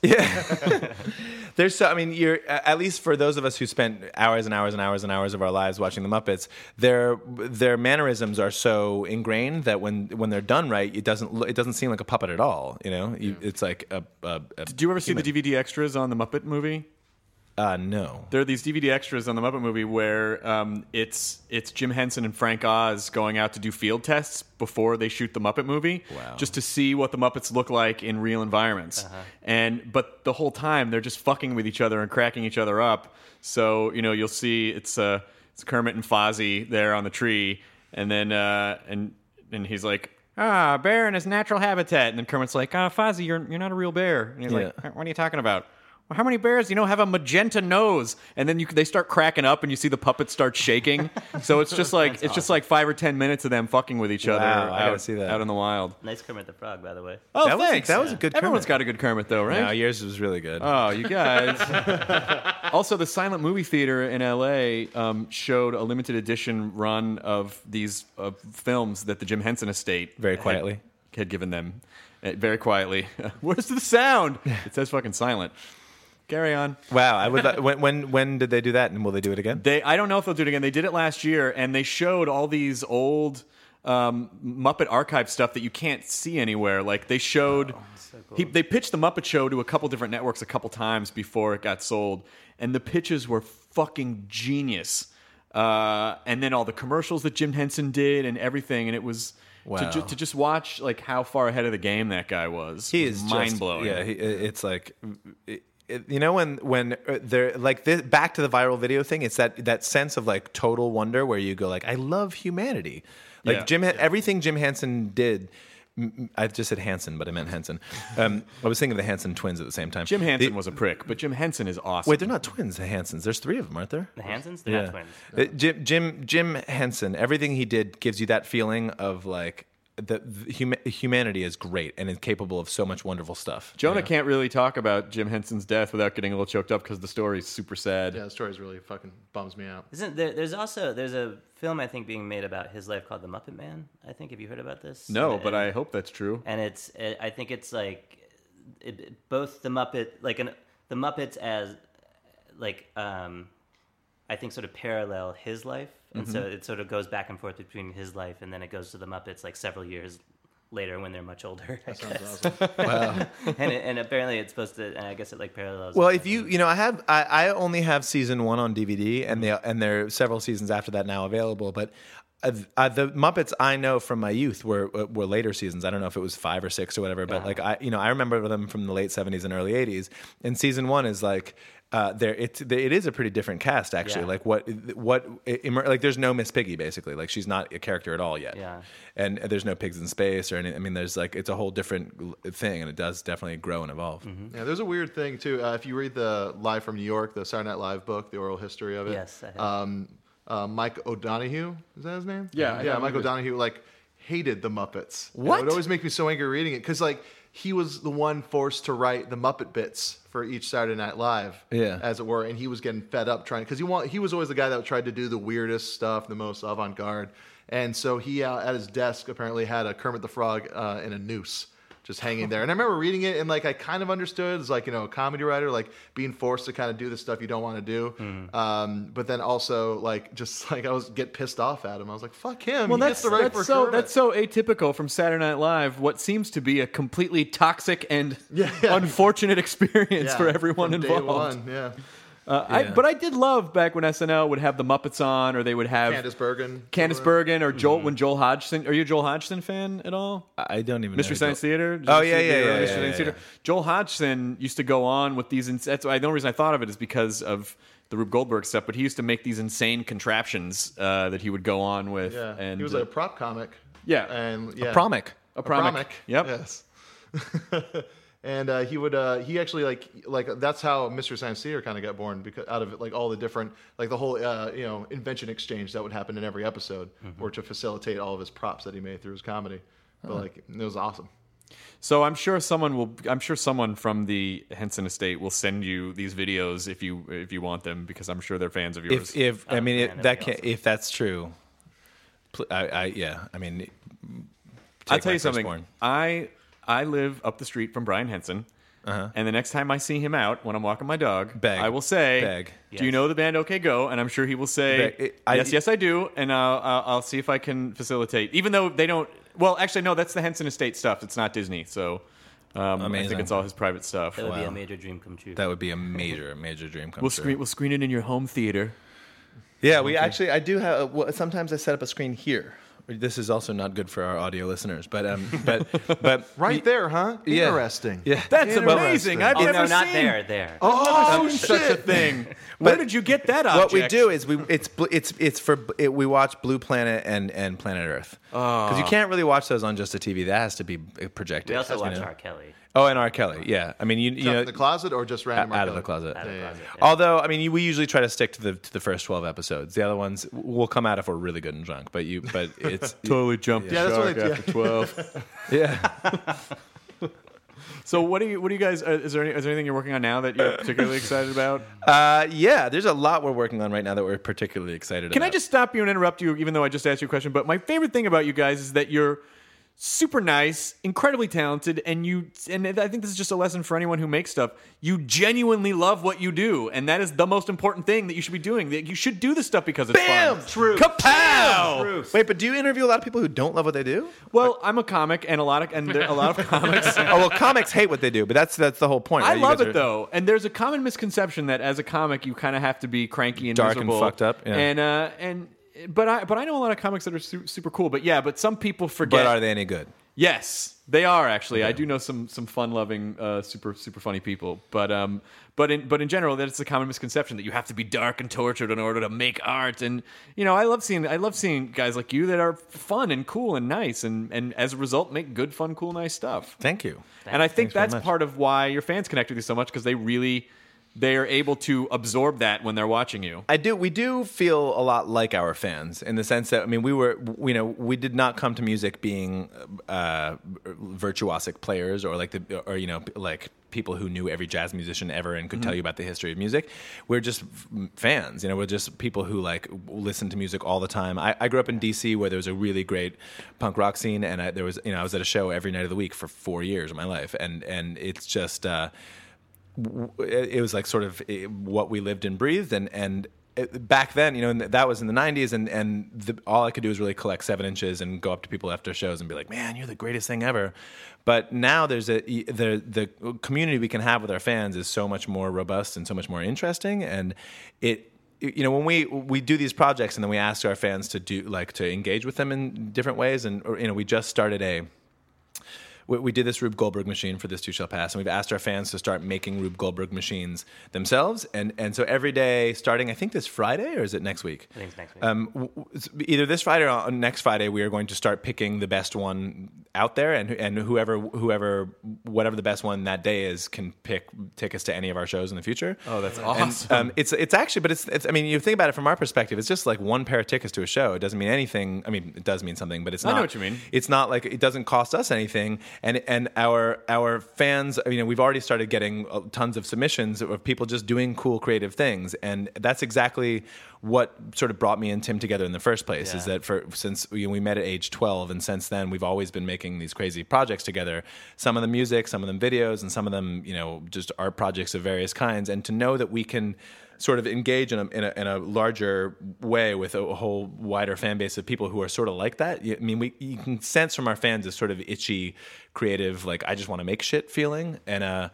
Speaker 2: There's so I mean you're a- at least for those of us who spent hours and hours and hours and hours of our lives watching the Muppets, their their mannerisms are so ingrained that when when they're done right, it doesn't lo- it doesn't seem like a puppet at all. You know, you, it's like a, a, a
Speaker 3: Did you ever see the DVD extras on the Muppet movie?
Speaker 2: uh, no.
Speaker 3: There are these DVD extras on the Muppet movie where um, it's it's Jim Henson and Frank Oz going out to do field tests before they shoot the Muppet movie, wow. just to see what the Muppets look like in real environments. And but the whole time they're just fucking with each other and cracking each other up. So you know you'll see it's uh, it's Kermit and Fozzie there on the tree, and then uh, and and he's like. Ah, a bear in his natural habitat, and then Kermit's like, "Ah, Fozzie, you're you're not a real bear," and he's like,
Speaker 2: Yeah.
Speaker 3: what are you talking about? Well, how many bears, you know, have a magenta nose? And then you, they start cracking up, and you see the puppets start shaking. so it's just like it's just like five or ten minutes of them fucking with each other
Speaker 2: Wow, I gotta
Speaker 3: out,
Speaker 2: see that.
Speaker 3: out in the wild.
Speaker 4: Nice Kermit the Frog, by the way.
Speaker 3: Oh,
Speaker 2: That was a-
Speaker 3: thanks.
Speaker 2: that was a good
Speaker 3: Everyone's
Speaker 2: Kermit.
Speaker 3: got a good Kermit, though,
Speaker 2: No,
Speaker 3: right?
Speaker 2: yours was really good.
Speaker 3: oh, you guys. also, the silent movie theater in L.A. Um, showed a limited edition run of these uh, films that the Jim Henson estate
Speaker 2: Very
Speaker 3: had-
Speaker 2: quietly.
Speaker 3: had given them. Uh, very quietly. Where's the sound? It says fucking silent. Carry on.
Speaker 2: wow, I would. li- when when when did they do that, and will they do it again?
Speaker 3: They, I don't know if they'll do it again. They did it last year, and they showed all these old um, Muppet archive stuff that you can't see anywhere. Like they showed,
Speaker 2: Oh,
Speaker 3: he, they pitched the Muppet Show to a couple different networks a couple times before it got sold, and the pitches were fucking genius. Uh, and then all the commercials that Jim Henson did and everything, and it was to,
Speaker 2: Wow.
Speaker 3: ju- to just watch like how far ahead of the game that guy was.
Speaker 2: he
Speaker 3: was
Speaker 2: is
Speaker 3: mind blowing.
Speaker 2: Just, yeah, he, it- it's like. It, it- you know when when uh, they're like this, back to the viral video thing. It's that that sense of like total wonder where you go like I love humanity, like
Speaker 3: Yeah.
Speaker 2: Jim. Han- Everything Jim Hansen did. m- m- I just said Hansen, but I meant Henson. Um, I was thinking of the Hansen twins at the same time.
Speaker 3: Jim Henson
Speaker 2: The-
Speaker 3: was a prick, but Jim Henson is awesome.
Speaker 2: Wait, they're not twins. The Hansons. There's three of them, aren't there?
Speaker 4: The Hansons, they're
Speaker 2: Yeah.
Speaker 4: not twins.
Speaker 2: Uh, Jim Jim Jim Henson. Everything he did gives you that feeling of like the, the hum- humanity is great and is capable of so much wonderful stuff.
Speaker 3: Jonah can't really talk about Jim Henson's death without getting a little choked up because the story's super sad.
Speaker 6: Yeah, the story's really fucking bums me out.
Speaker 4: Isn't there? There's also there's a film I think being made about his life called The Muppet Man. I think have you heard about this?
Speaker 3: No,
Speaker 4: And-
Speaker 3: but I hope that's true.
Speaker 4: and it's it, I think it's like it, it- both the Muppet like an the Muppets as like um I think sort of parallel his life, and so
Speaker 2: Mm-hmm.
Speaker 4: it sort of goes back and forth between his life, and then it goes to the Muppets like several years later when they're much older. I guess. and it, and apparently it's supposed to. And I guess it like parallels.
Speaker 2: Well, if you you know, I have I, I only have season one on DVD,
Speaker 3: Mm-hmm.
Speaker 2: and they and there are several seasons after that now available. But uh, uh, the Muppets I know from my youth were uh, were later seasons. I don't know if it was five or six or whatever, but like I you know I remember them from the late seventies and early eighties. And season one is like uh, there it's it is a pretty different cast actually.
Speaker 4: Yeah.
Speaker 2: Like what what immer- like there's no Miss Piggy basically. Like she's not a character at all yet.
Speaker 4: Yeah.
Speaker 2: And uh, there's no pigs in space or any. I mean, there's like it's a whole different thing, and it does definitely grow and evolve.
Speaker 4: Mm-hmm.
Speaker 6: Yeah, there's a weird thing too. Uh, if you read the Live from New York, the Saturday Night Live book, the oral history of it.
Speaker 4: Yes, I have.
Speaker 6: Um, uh, Mike O'Donohue is that his name?
Speaker 8: Yeah, I
Speaker 6: yeah.
Speaker 8: know
Speaker 6: Mike
Speaker 8: who it is.
Speaker 6: O'Donohue like hated the Muppets. And
Speaker 2: What?
Speaker 6: It would always make me so angry reading it because like he was the one forced to write the Muppet bits for each Saturday Night Live.
Speaker 2: Yeah.
Speaker 6: As it were, and he was getting fed up trying because he want he was always the guy that tried to do the weirdest stuff, the most avant garde. And so he uh, at his desk apparently had a Kermit the Frog uh, in a noose just hanging there. And I remember reading it and like I kind of understood as like you know a comedy writer like being forced to kind of do the stuff you don't want to do.
Speaker 2: Mm-hmm.
Speaker 6: Um, but then also like just like I was get pissed off at him. I was like fuck him.
Speaker 3: Well,
Speaker 6: he
Speaker 3: that's,
Speaker 6: gets the right
Speaker 3: that's
Speaker 6: for
Speaker 3: so
Speaker 6: Kermit.
Speaker 3: that's so atypical from Saturday Night Live. What seems to be a completely toxic and unfortunate experience
Speaker 6: Yeah,
Speaker 3: for everyone
Speaker 6: from day
Speaker 3: involved.
Speaker 6: one, yeah.
Speaker 3: Uh, I, but I did love back when SNL would have the Muppets on, or they would have
Speaker 6: Candice Bergen.
Speaker 3: Candice Bergen, or Joel. When Joel Hodgson, are you a Joel Hodgson fan at all?
Speaker 2: I don't even. know
Speaker 3: Mystery
Speaker 2: who
Speaker 3: Science
Speaker 2: Joel-
Speaker 3: Theater.
Speaker 2: Oh, yeah, yeah,
Speaker 3: Mystery
Speaker 2: yeah, yeah,
Speaker 3: Science
Speaker 2: yeah,
Speaker 3: Theater.
Speaker 2: yeah.
Speaker 3: Joel Hodgson used to go on with these. ins- That's why the only reason I thought of it is because of the Rube Goldberg stuff. But he used to make these insane contraptions uh, that he would go on with.
Speaker 6: Yeah,
Speaker 3: and
Speaker 6: he was
Speaker 3: uh,
Speaker 6: like a prop comic.
Speaker 3: Yeah.
Speaker 6: and yeah,
Speaker 2: Promic.
Speaker 3: A promic. Yep.
Speaker 6: Yes. and uh, he would uh, he actually like like that's how Mr. Science Theater kind of got born because out of like all the different like the whole uh, you know invention exchange that would happen in every episode
Speaker 3: Mm-hmm.
Speaker 6: or to facilitate all of his props that he made through his comedy. But like it was awesome.
Speaker 3: So I'm sure someone will. I'm sure someone from the Henson Estate will send you these videos if you if you want them because I'm sure they're fans of yours.
Speaker 2: If if I mean
Speaker 4: Oh, man,
Speaker 2: it,
Speaker 4: that'd
Speaker 2: that
Speaker 4: be
Speaker 2: can if that's true, pl- I, I yeah. I mean,
Speaker 3: I'll
Speaker 2: take
Speaker 3: tell
Speaker 2: my
Speaker 3: you something.
Speaker 2: firstborn.
Speaker 3: I I live up the street from Brian Henson. And the next time I see him out when I'm walking my dog,
Speaker 2: Uh-huh. Beg.
Speaker 3: I will say,
Speaker 2: Beg.
Speaker 3: "Do you
Speaker 4: Yes.
Speaker 3: know the band OK Go?" And I'm sure he will say,
Speaker 2: Beg. It- I-
Speaker 3: "Yes, yes, I do." And I'll, I'll, I'll see if I can facilitate, even though they don't. Well, actually, no, that's the Henson Estate stuff. It's not Disney, so um, I
Speaker 2: Amazing.
Speaker 3: think it's all his private stuff.
Speaker 4: That would be
Speaker 2: Wow.
Speaker 4: a major dream come true.
Speaker 2: that would be a major major dream come
Speaker 3: We'll
Speaker 2: true.
Speaker 3: screen, we'll screen it in your home theater.
Speaker 2: Yeah, we actually I do have. Well, sometimes I set up a screen here. This is also not good for our audio listeners, but um, but but
Speaker 6: Right there, huh?
Speaker 2: Yeah.
Speaker 6: Interesting.
Speaker 2: Yeah,
Speaker 3: That's
Speaker 2: Interesting.
Speaker 3: amazing. I've
Speaker 4: oh
Speaker 3: never
Speaker 4: no, not
Speaker 3: seen
Speaker 4: there. There.
Speaker 3: Oh, such a thing. Where
Speaker 2: But
Speaker 3: did you get that
Speaker 2: What
Speaker 3: object?
Speaker 2: we do is we it's bl- it's it's for it, we watch Blue Planet and and Planet Earth because you
Speaker 3: Oh.
Speaker 2: can't really watch those on just a TV. That has to be uh, projected.
Speaker 4: we also
Speaker 2: you
Speaker 4: watch
Speaker 2: know?
Speaker 4: R. Kelly.
Speaker 2: Oh, and R. Kelly. Yeah, I mean you you
Speaker 6: Stuff
Speaker 2: know
Speaker 6: in the closet or just random
Speaker 2: out
Speaker 6: arcade?
Speaker 2: of the closet.
Speaker 4: Out of the closet.
Speaker 2: Although I mean you- we usually try to stick to the to the first twelve episodes. The other ones will come out if we're really good and drunk. But you but it's
Speaker 3: totally jumped
Speaker 6: Yeah,
Speaker 3: the
Speaker 6: that's what
Speaker 3: shark
Speaker 6: I-
Speaker 3: after twelve.
Speaker 2: yeah.
Speaker 3: so what do you what do you guys uh, is there any, is there anything you're working on now that you're particularly excited about?
Speaker 2: Uh, yeah, there's a lot we're working on right now that we're particularly excited
Speaker 3: Can
Speaker 2: about.
Speaker 3: I just stop you and interrupt you, even though I just asked you a question? But my favorite thing about you guys is that you're super nice, incredibly talented, and you and I think this is just a lesson for anyone who makes stuff. You genuinely love what you do, and that is the most important thing that you should be doing. That you should do this stuff because it's
Speaker 2: Bam!
Speaker 3: fun.
Speaker 2: Truth.
Speaker 3: Kapow!
Speaker 2: Wait, but do you interview a lot of people who don't love what they do?
Speaker 3: Well, I'm a comic, and a lot of and there, a lot of comics.
Speaker 2: oh well, comics hate what they do, but that's that's the whole point.
Speaker 3: I
Speaker 2: right? You
Speaker 3: love
Speaker 2: guys
Speaker 3: it
Speaker 2: are-
Speaker 3: though, and there's a common misconception that as a comic you kind of have to be cranky and
Speaker 2: Dark and
Speaker 3: miserable.
Speaker 2: fucked up, yeah.
Speaker 3: and uh, and but I but I know a lot of comics that are su- super cool, but yeah, but some people forget.
Speaker 2: But are they any good?
Speaker 3: Yes, they are actually. I do know some some fun loving, uh, super super funny people, but um, but in but in general, that's a common misconception that you have to be dark and tortured in order to make art. And you know, I love seeing I love seeing guys like you that are fun and cool and nice, and and as a result, make good, fun, cool, nice stuff
Speaker 2: Thank you.
Speaker 3: and I think
Speaker 2: Thanks very
Speaker 3: that's
Speaker 2: much.
Speaker 3: part of why your fans connect with you so much because they really they are able to absorb that when they're watching you.
Speaker 2: I do. We do feel a lot like our fans in the sense that I mean, we were, you know, we did not come to music being uh, virtuosic players or like the, or you know, like people who knew every jazz musician ever and could tell you about the history of music. We're just f- fans, you know. We're just people who like listen to music all the time. I, I grew up in D.C. where there was a really great punk rock scene, and I, there was, you know, I was at a show every night of the week for four years of my life, and and it's just. Uh, it it was like sort of eh, what we lived and breathed and and it- back then you know and that was in the 90s and and the, all i could do was really collect seven inches and go up to people after shows and be like man you're the greatest thing ever but now there's a e, the the community we can have with our fans is so much more robust and so much more interesting and it you know when we we do these projects and then we ask our fans to do like to engage with them in different ways and or, you know we just started a we, we did this Rube Goldberg machine for this Two Shall Pass, and we've asked our fans to start making Rube Goldberg machines themselves. And and so every day, starting I think this Friday or is it next week?
Speaker 4: I think it's next week.
Speaker 2: Um, w- w- it's either this Friday or on next Friday, we are going to start picking the best one out there, and and whoever whoever whatever the best one that day is can pick tickets to any of our shows in the future.
Speaker 3: Oh, that's
Speaker 2: And,
Speaker 3: awesome.
Speaker 2: um, it's it's actually, but it's, it's I mean, you think about it from our perspective, it's just like one pair of tickets to a show. It doesn't mean anything. I mean, it does mean something, but it's
Speaker 3: I
Speaker 2: not.
Speaker 3: know what you mean.
Speaker 2: It's not like it doesn't cost us anything, and and our our fans, you know, we've already started getting uh, tons of submissions of people just doing cool creative things, and that's exactly what sort of brought me and Tim together in the first place. Is
Speaker 4: Yeah.
Speaker 2: that for since you know, we met at age twelve, and since then we've always been making these crazy projects together. Some of them music, some of them videos, and some of them you know just art projects of various kinds. And to know that we can sort of engage in a, in a, in a larger way with a, whole wider fan base of people who are sort of like that. You- I mean, we you can sense from our fans this sort of itchy, creative, like I just want to make shit feeling, and uh,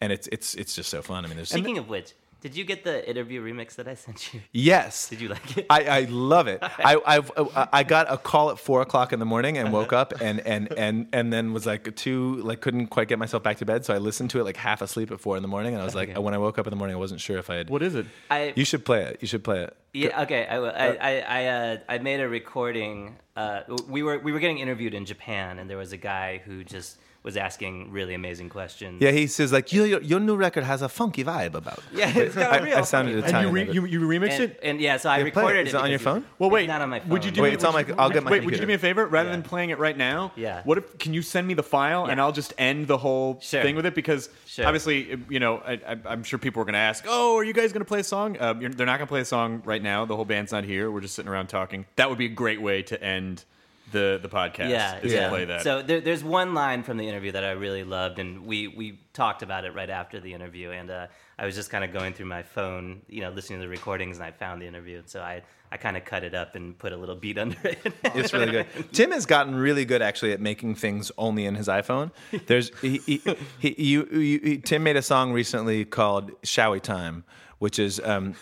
Speaker 2: and it's it's it's just so fun. I mean, there's
Speaker 4: Speaking of which, did you get the interview remix that I sent you?
Speaker 2: yes,
Speaker 4: Did you like it?
Speaker 2: I, I love it. I I've, I- I got a call at four o'clock in the morning and woke up and and and and then was like too like couldn't quite get myself back to bed, so I listened to it like half asleep at four in the morning, and I was like when I woke up in the morning, I wasn't sure if I had.
Speaker 3: What is it?
Speaker 4: I
Speaker 2: you should play it. You should play it.
Speaker 4: Yeah. Okay. I will. I I I, uh, I made a recording. Uh, we were we were getting interviewed in Japan, and there was a guy who just was asking really amazing questions.
Speaker 2: Yeah, he says like your your, your new record has a funky vibe about. it."
Speaker 4: Yeah, it's got a real
Speaker 2: I, I sounded
Speaker 4: funky vibe.
Speaker 2: Italian.
Speaker 3: and
Speaker 2: but-
Speaker 3: you, re- you, you remixed
Speaker 4: And,
Speaker 3: it?
Speaker 4: and yeah, so I
Speaker 2: Yeah, play it.
Speaker 4: recorded
Speaker 2: Is it on
Speaker 4: because
Speaker 2: your
Speaker 4: it's-
Speaker 2: phone?
Speaker 3: Well, wait.
Speaker 4: it's not on my phone.
Speaker 3: Would you do
Speaker 2: Wait,
Speaker 3: me,
Speaker 2: it's on
Speaker 3: would
Speaker 2: my-
Speaker 3: you-
Speaker 2: I'll get my
Speaker 3: Wait, would you
Speaker 2: computer.
Speaker 3: do me a favor? Rather
Speaker 4: Yeah.
Speaker 3: than playing it right now,
Speaker 4: Yeah.
Speaker 3: What if can you send me the file and
Speaker 4: Yeah.
Speaker 3: I'll just end the whole
Speaker 4: Sure.
Speaker 3: thing with it because
Speaker 4: Sure.
Speaker 3: obviously, you know, I, I, I'm sure people are going to ask, "Oh, are you guys going to play a song?" Uh, you're, they're not going to play a song right now. The whole band's not here. We're just sitting around talking. That would be a great way to end the the podcast.
Speaker 4: Yeah,
Speaker 3: is
Speaker 4: yeah.
Speaker 3: to play that.
Speaker 4: So there, there's one line from the interview that I really loved, and we we talked about it right after the interview. And uh, I was just kind of going through my phone, you know, listening to the recordings, and I found the interview. And so I I kind of cut it up and put a little beat under it.
Speaker 2: It's really good. Tim has gotten really good actually at making things only in his iPhone. There's he, he, he, you, you, he- Tim made a song recently called "Showy Time," which is um,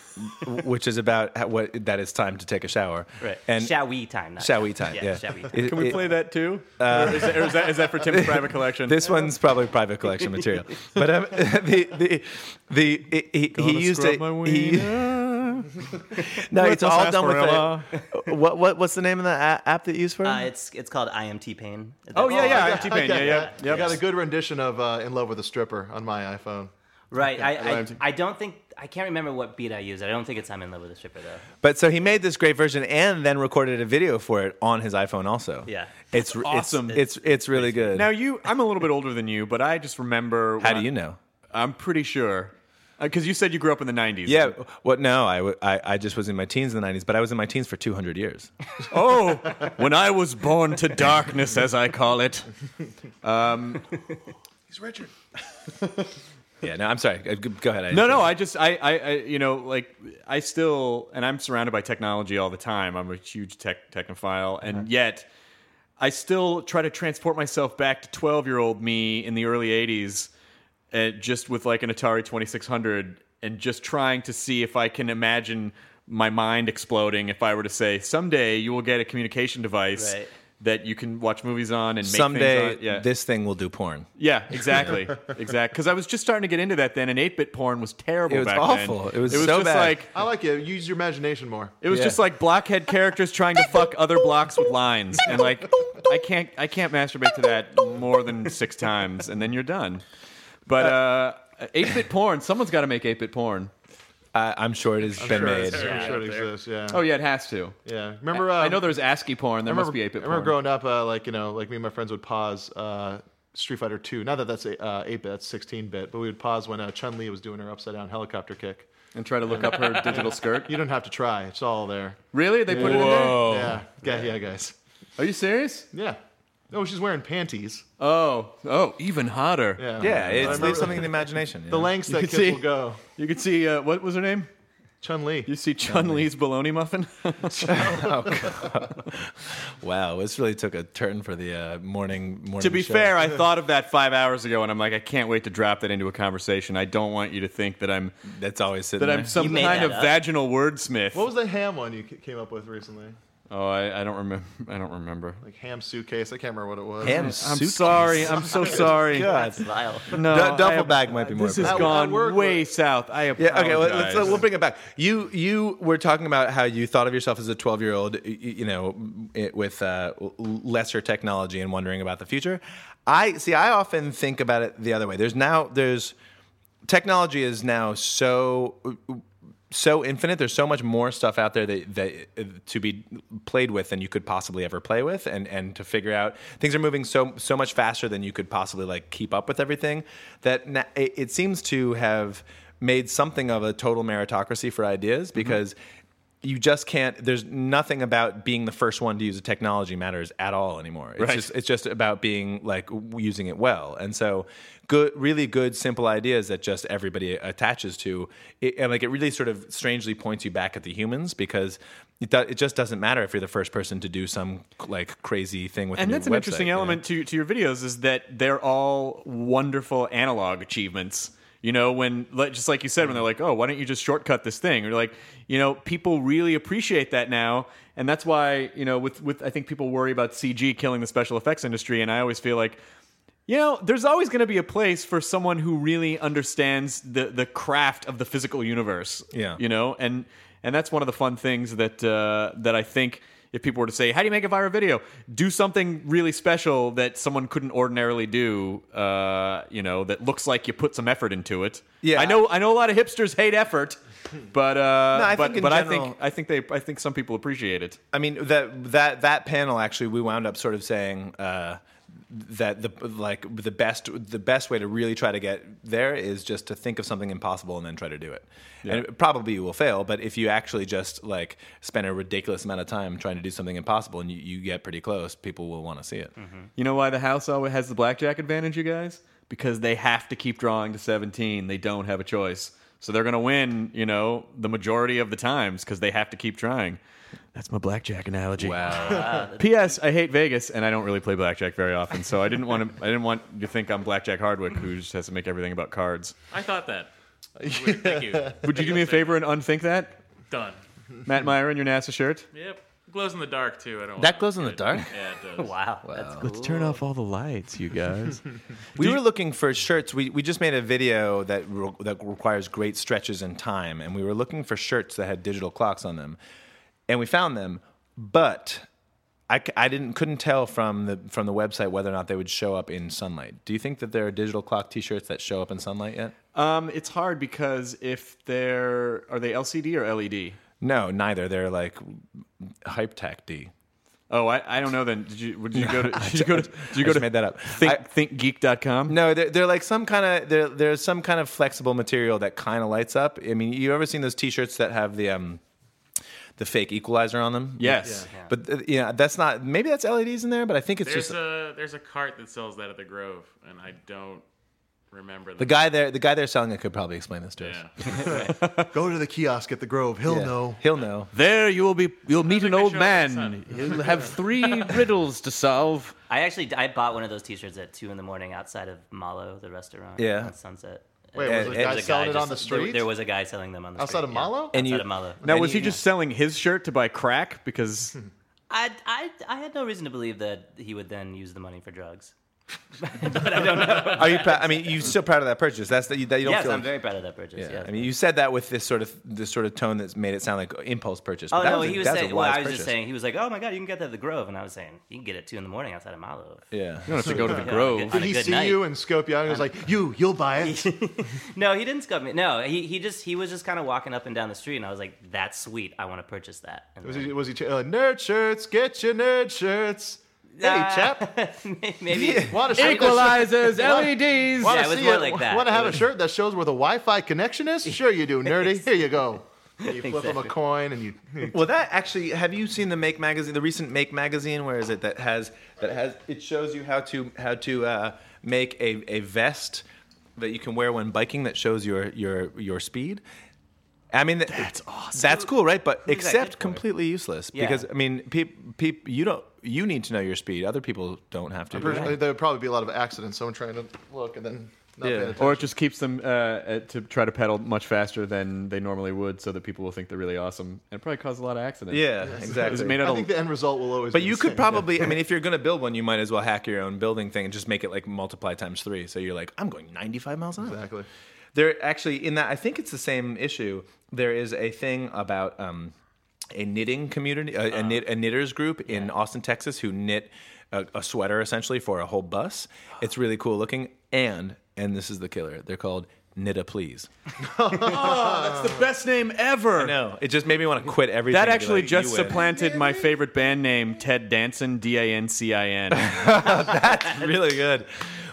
Speaker 2: which is about how, what that it's time to take a shower.
Speaker 4: right.
Speaker 2: And
Speaker 4: shall we time? Not
Speaker 2: Shall we time? Yeah.
Speaker 4: Shall we time?
Speaker 2: It-
Speaker 3: can we
Speaker 2: it- Uh,
Speaker 3: play that too? or is, that, or is that is that for Tim's private collection?
Speaker 2: This one's probably private collection material. But um, the the the it- he, he used
Speaker 3: scrub
Speaker 2: it.
Speaker 3: my
Speaker 2: He, no, it's
Speaker 3: my
Speaker 2: all done with
Speaker 3: sarsaparilla.
Speaker 2: a, what what what's the name of the a- app that you use for? it?
Speaker 4: Uh, it's it's called IMT Pain.
Speaker 3: Oh yeah, yeah,
Speaker 6: I
Speaker 3: I
Speaker 6: got-
Speaker 3: have T-Pain.
Speaker 6: I got
Speaker 3: Yeah, yeah,
Speaker 6: that.
Speaker 3: yeah.
Speaker 6: I got a good rendition of uh, "In Love with a Stripper" on my iPhone.
Speaker 4: Right. I, I,
Speaker 3: IMT.
Speaker 4: I don't think I can't remember what beat I used. I don't think it's I'm in love with a stripper though.
Speaker 2: But so he made this great version and then recorded a video for it on his iPhone also.
Speaker 4: Yeah.
Speaker 2: It's
Speaker 3: awesome.
Speaker 2: awesome. It's it's, it's really good.
Speaker 3: Now you, I'm a little bit older than you, but I just remember.
Speaker 2: How
Speaker 3: when
Speaker 2: do you
Speaker 3: I-
Speaker 2: know?
Speaker 3: I'm pretty sure because you said you grew up in the '90s.
Speaker 2: Yeah. What? No, I, w- I, I just was in my teens in the 90s, but I was in my teens for 200 years.
Speaker 3: Oh, when I was born to darkness, as I call it.
Speaker 8: He's Richard.
Speaker 2: yeah. No, I'm sorry. Uh, g- Go ahead. I
Speaker 3: No, no, I just, I, I, I, you know, like I still, and I'm surrounded by technology all the time. I'm a huge tech technophile, and yet I still try to transport myself back to 12 year old me in the early 80s, uh, just with like an Atari 2600, and just trying to see if I can imagine my mind exploding if I were to say, someday you will get a communication device.
Speaker 4: Right.
Speaker 3: That you can watch movies on and make
Speaker 2: Someday
Speaker 3: things on. Yeah.
Speaker 2: this thing will do porn.
Speaker 3: Yeah, exactly, exactly. Because I was just starting to get into that then, and eight bit porn was terrible.
Speaker 2: It was
Speaker 3: back
Speaker 2: awful.
Speaker 3: Then.
Speaker 2: It was so
Speaker 3: just
Speaker 2: bad.
Speaker 3: like
Speaker 6: I like it. Use your imagination more.
Speaker 3: it was
Speaker 2: Yeah.
Speaker 3: just like blockhead characters trying to fuck other blocks with lines, and like I can't I can't masturbate to that more than six times, and then you're done.
Speaker 2: Uh,
Speaker 3: But eight bit porn, someone's got to make eight bit porn.
Speaker 2: I, I'm sure it has been made.
Speaker 6: Sure,
Speaker 8: Yeah,
Speaker 6: sure it
Speaker 8: out there.
Speaker 6: exists. Yeah.
Speaker 3: Oh yeah, it has to.
Speaker 6: yeah. Remember? Um,
Speaker 3: I know there's ASCII porn. There
Speaker 6: I remember,
Speaker 3: must be eight bit
Speaker 6: I
Speaker 3: porn.
Speaker 6: remember growing up, uh, like you know, like me and my friends would pause uh, Street Fighter Two. Not that that's eight uh, bit, that's sixteen bit, but we would pause when uh, Chun Li was doing her upside down helicopter kick.
Speaker 3: and try to look up her digital skirt.
Speaker 6: You don't have to try; it's all there.
Speaker 3: Really? They put it in there?
Speaker 2: Whoa.
Speaker 6: Yeah, yeah, yeah, guys.
Speaker 3: Are you serious?
Speaker 6: Yeah. No, she's wearing panties.
Speaker 3: Oh, oh, even hotter.
Speaker 6: Yeah,
Speaker 2: Yeah.
Speaker 6: I
Speaker 2: It's
Speaker 6: remember
Speaker 2: leave something to the imagination. you
Speaker 6: the
Speaker 2: know?
Speaker 6: lengths that
Speaker 3: can
Speaker 6: kids
Speaker 3: see-
Speaker 6: will go.
Speaker 3: You could see uh, what was her name?
Speaker 6: Chun Li.
Speaker 3: You see Chun Li's bologna muffin?
Speaker 2: wow. This really took a turn for the uh, morning morning.
Speaker 3: to be
Speaker 2: show.
Speaker 3: fair, I thought of that five hours ago, and I'm like, I can't wait to drop that into a conversation. I don't want you to think that I'm
Speaker 2: that's always sitting
Speaker 3: that I'm
Speaker 2: there.
Speaker 3: some
Speaker 4: made
Speaker 3: kind of
Speaker 4: that up.
Speaker 3: vaginal wordsmith.
Speaker 6: What was the ham one you c- came up with recently?
Speaker 3: Oh, I, I don't remember. I don't remember.
Speaker 6: Like ham suitcase. I can't remember what it was.
Speaker 3: Ham I'm suitcase? sorry. I'm so sorry.
Speaker 6: God.
Speaker 3: No,
Speaker 2: Du- duffel
Speaker 3: I-
Speaker 2: bag might be more.
Speaker 3: This has
Speaker 2: appropriate.
Speaker 3: gone way south. I
Speaker 2: Yeah.
Speaker 3: apologize.
Speaker 2: Okay. Well, let's, we'll bring it back. You you were talking about how you thought of yourself as a 12 year old, you know, it, with uh, l- lesser technology and wondering about the future. I see. I often think about it the other way. There's now there's technology is now so so infinite. There's so much more stuff out there that, that to be played with than you could possibly ever play with, and and to figure out things are moving so so much faster than you could possibly like keep up with everything. That na- it, it seems to have made something of a total meritocracy for ideas because. You just can't. There's nothing about being the first one to use a technology matters at all anymore. It's
Speaker 3: Right.
Speaker 2: just it's just about being like w- using it well and so good really good simple ideas that just everybody attaches to it, and like it really sort of strangely points you back at the humans because it, do, it just doesn't matter if you're the first person to do some like crazy thing with a
Speaker 3: and
Speaker 2: new
Speaker 3: that's an
Speaker 2: website,
Speaker 3: interesting
Speaker 2: you know?
Speaker 3: element to to your videos is that they're all wonderful analog achievements. You know, when like- just like you said, when they're like, "Oh, why don't you just shortcut this thing?" Or like, you know, people really appreciate that now, and that's why you know, with with I think people worry about CG killing the special effects industry, and I always feel like. You know, there's always going to be a place for someone who really understands the, the craft of the physical universe.
Speaker 2: Yeah.
Speaker 3: you know, and and that's one of the fun things that uh, that I think if people were to say, "How do you make a viral video?" Do something really special that someone couldn't ordinarily do. Uh, you know, that looks like you put some effort into it.
Speaker 2: Yeah.
Speaker 3: I know. I know a lot of hipsters hate effort, but uh,
Speaker 2: No, I
Speaker 3: but
Speaker 2: think in
Speaker 3: but I
Speaker 2: general-
Speaker 3: think I think they I think some people appreciate it.
Speaker 2: I mean that that that panel actually we wound up sort of saying uh, that the like the best the best way to really try to get there is just to think of something impossible and then try to do it. And probably you will fail, but if you actually just like spend a ridiculous amount of time trying to do something impossible and you, you get pretty close, people will want to see it.
Speaker 3: You know why the house always has the blackjack advantage, you guys? Because they have to keep drawing to 17. They don't have a choice. So they're going to win, you know, the majority of the times because they have to keep trying. That's my blackjack analogy.
Speaker 2: Wow.
Speaker 3: P.S. I hate Vegas and I don't really play blackjack very often, so I didn't want to. I didn't want you to think I'm Blackjack Hardwick, who just has to make everything about cards.
Speaker 8: I thought that. Wait, thank you.
Speaker 3: Would you do me a favor and unthink that,
Speaker 8: Done.
Speaker 3: Matt Meyer in your NASA shirt?
Speaker 8: Yep. Glows in the dark too. I don't.
Speaker 2: That
Speaker 8: wanna
Speaker 2: glows in
Speaker 8: look
Speaker 2: the
Speaker 8: at it.
Speaker 2: dark?
Speaker 8: Yeah, it does.
Speaker 4: Wow, that's cool.
Speaker 3: Let's turn off all the lights, you guys.
Speaker 2: We were looking for shirts. We, we just made a video that re- that requires great stretches and time, and we were looking for shirts that had digital clocks on them, and we found them, but I, c- I didn't couldn't tell from the from the website whether or not they would show up in sunlight. Do you think that there are digital clock T-shirts that show up in sunlight yet?
Speaker 3: um, it's hard because if they're are they LCD or E LED?
Speaker 2: No, neither. They're like hype tech D.
Speaker 3: Oh, I, I don't know. Then did you would you go to did you go to did
Speaker 2: I
Speaker 3: you go
Speaker 2: just
Speaker 3: to
Speaker 2: made that up.
Speaker 3: Think,
Speaker 2: I-
Speaker 3: thinkgeek.com?
Speaker 2: No, they're, they're like some kind of they're, there's some kind of flexible material that kind of lights up. I mean, you ever seen those T-shirts that have the um, the fake equalizer on them?
Speaker 3: Yes. Yeah.
Speaker 2: but uh, yeah, that's not. Maybe that's LEDs in there, but I think it's
Speaker 8: There's
Speaker 2: just
Speaker 8: a there's a cart that sells that at the Grove, and I don't remember
Speaker 2: the guy there. The guy there selling it could probably explain this to us.
Speaker 8: Yeah.
Speaker 6: Go to the kiosk at the Grove. He'll
Speaker 2: Yeah.
Speaker 6: know.
Speaker 2: He'll know.
Speaker 3: There you will be. You'll meet an
Speaker 8: they
Speaker 3: old
Speaker 8: show up in
Speaker 3: man.
Speaker 5: He'll have three riddles to solve.
Speaker 4: I actually I bought one of those T-shirts at two in the morning outside of Malo, the restaurant.
Speaker 2: Yeah.
Speaker 4: on Sunset.
Speaker 6: Wait,
Speaker 4: There
Speaker 2: was there a guy
Speaker 6: selling it on the
Speaker 4: there-
Speaker 6: street?
Speaker 4: There, was a guy selling them on the
Speaker 6: Outside
Speaker 4: street,
Speaker 6: of Malo?
Speaker 4: Yeah.
Speaker 2: And
Speaker 4: outside
Speaker 2: you-
Speaker 4: of Malo.
Speaker 3: Now was he just selling his shirt to buy crack? Because
Speaker 4: I, I I had no reason to believe that he would then use the money for drugs. but I don't know.
Speaker 2: Are you? Proud, I mean, you're still proud of that purchase. That's that you, that you don't
Speaker 4: yes,
Speaker 2: feel.
Speaker 4: I'm very proud of that purchase.
Speaker 2: yeah.
Speaker 4: yes.
Speaker 2: I mean, you said that with this sort of this sort of tone that's made it sound like impulse purchase. but
Speaker 4: Oh
Speaker 2: that
Speaker 4: no,
Speaker 2: a-
Speaker 4: he was
Speaker 2: that's a
Speaker 4: saying. Well,
Speaker 2: wise
Speaker 4: I was
Speaker 2: purchase.
Speaker 4: just saying. He was like, "Oh my god, you can get that at the Grove," and I was saying, "You can get it two in the morning outside of Malo."
Speaker 2: Yeah.
Speaker 3: you don't have to go to the
Speaker 4: Yeah,
Speaker 3: Grove.
Speaker 4: on a
Speaker 6: Did he
Speaker 4: good
Speaker 6: see
Speaker 4: night.
Speaker 6: you and scope you out? And he was like, "You, you'll buy it."
Speaker 4: No, he didn't scope me. No, he, he just he was just kind of walking up and down the street, and I was like, "That's sweet. I want to purchase that." And
Speaker 6: Was
Speaker 4: then-
Speaker 6: he? Was he? ch- Uh, nerd shirts. Get your nerd shirts. Hey,
Speaker 4: Ah.
Speaker 6: chap.
Speaker 4: maybe
Speaker 6: Want to
Speaker 5: Equalizers, LEDs.
Speaker 4: Yeah, it was more like that.
Speaker 6: Want to
Speaker 4: It
Speaker 6: have a
Speaker 4: was-
Speaker 6: shirt that shows where the Wi-Fi connection is? Sure, you do, nerdy. Here you go. And you flip him a coin, and you.
Speaker 2: Well, that actually, have you seen the Make magazine, the recent Make magazine? Where is it that has that has it shows you how to how to uh, make a, a vest that you can wear when biking that shows your your your speed. I mean, that's awesome. That's cool, right? But
Speaker 4: Who's that good
Speaker 2: except
Speaker 4: for?
Speaker 2: completely useless
Speaker 4: Yeah.
Speaker 2: because I mean, peop, peop, you don't you need to know your speed. Other people don't have to.
Speaker 6: uh, There would probably be a lot of accidents. Someone trying to look, and then Not paying attention.
Speaker 3: Or it just keeps them uh, uh, to try to pedal much faster than they normally would, so that people will think they're really awesome, and it probably cause a lot of accidents.
Speaker 2: Yeah,
Speaker 3: Is it
Speaker 2: exactly.
Speaker 3: made out
Speaker 6: I
Speaker 3: of-
Speaker 6: think the end result will always.
Speaker 2: But
Speaker 6: be
Speaker 2: you
Speaker 6: the same,
Speaker 2: could
Speaker 6: yeah.
Speaker 2: probably, I mean, if you're going to build one, you might as well hack your own building thing and just make it like multiply times three. So you're like, I'm going 95 miles an hour.
Speaker 6: Exactly.
Speaker 2: There actually, in that, I think it's the same issue. There is a thing about um, a knitting community, a,
Speaker 3: Uh-huh.
Speaker 2: a, knit, a knitters group in Austin, Texas, who knit a, a sweater essentially for a whole bus. It's really cool looking. And, and this is the killer, they're called Knit a Please.
Speaker 3: That's the best name ever.
Speaker 2: No, it just made me want to quit everything. and
Speaker 3: That
Speaker 2: be
Speaker 3: actually
Speaker 2: like, "You
Speaker 3: just
Speaker 2: win."
Speaker 3: supplanted my favorite band name, Ted Danson, D A N C I N.
Speaker 2: really good.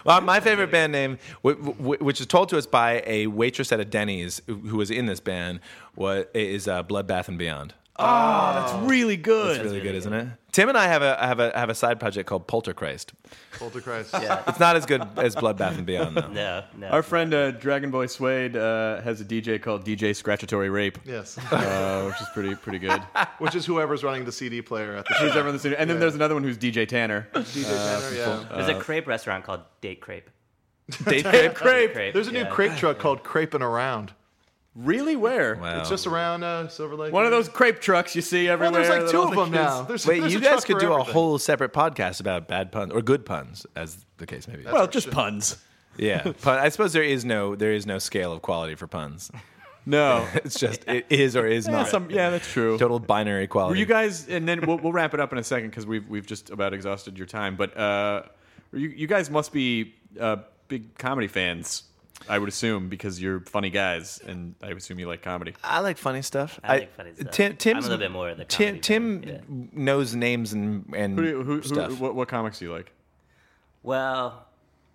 Speaker 2: Well, my favorite band name, wh- wh- which is told to us by a waitress at a Denny's who who was in this band, was, is uh, Bloodbath and Beyond.
Speaker 3: That's really good.
Speaker 2: It's really good, isn't it? Tim and I have a have a have a side project called Polterchrist.
Speaker 6: Poltergeist.
Speaker 2: It's not as good as Bloodbath and Beyond though.
Speaker 4: No, no.
Speaker 3: Our friend uh, Dragon Boy Suede uh, has a DJ called DJ Scratchatory Rape,
Speaker 6: Yes.
Speaker 3: uh, which is pretty pretty good.
Speaker 6: Which is whoever's running the CD player at the
Speaker 3: Who's
Speaker 6: time.
Speaker 3: ever in the studio? And then there's another one who's DJ Tanner.
Speaker 6: DJ Tanner, yeah.
Speaker 4: There's
Speaker 2: Uh,
Speaker 4: a crepe restaurant called Date Crepe.
Speaker 2: Date Rape.
Speaker 4: Crepe. crepe.
Speaker 6: There's a new
Speaker 4: yeah.
Speaker 6: crepe truck called Crepin' Around.
Speaker 3: Really? Where?
Speaker 2: Wow.
Speaker 6: It's just around uh, Silver Lake.
Speaker 3: One of those crepe trucks you see
Speaker 6: Well,
Speaker 3: everywhere.
Speaker 6: there's like
Speaker 3: that
Speaker 6: two
Speaker 3: all
Speaker 6: of
Speaker 3: the
Speaker 6: them
Speaker 3: kids-
Speaker 6: now. There's,
Speaker 2: Wait,
Speaker 6: there's
Speaker 2: you
Speaker 6: a
Speaker 2: guys
Speaker 6: truck
Speaker 2: could
Speaker 6: for
Speaker 2: do a
Speaker 6: everything.
Speaker 2: whole separate podcast about bad puns or good puns, as the case may be.
Speaker 3: Well, just puns.
Speaker 2: yeah, pun, I suppose there is no there is no scale of quality for puns.
Speaker 3: No.
Speaker 2: It's just it is or is
Speaker 3: yeah,
Speaker 2: not.
Speaker 3: some, yeah, that's true.
Speaker 2: Total binary
Speaker 3: Were
Speaker 2: quality.
Speaker 3: you guys, and then we'll, we'll wrap it up in a second because we've we've just about exhausted your time. But uh, were you you guys must be uh, big comedy fans, I would assume, because you're funny guys, and I assume you like comedy.
Speaker 2: I like funny stuff.
Speaker 4: I like funny stuff.
Speaker 2: Tim,
Speaker 4: I'm
Speaker 2: Tim's,
Speaker 4: a little bit more of the
Speaker 2: Tim,
Speaker 4: comedy
Speaker 2: Tim
Speaker 4: guy,
Speaker 2: knows names and and
Speaker 3: Who, do you- who, who,
Speaker 2: stuff.
Speaker 3: what, what comics do you like?
Speaker 4: Well,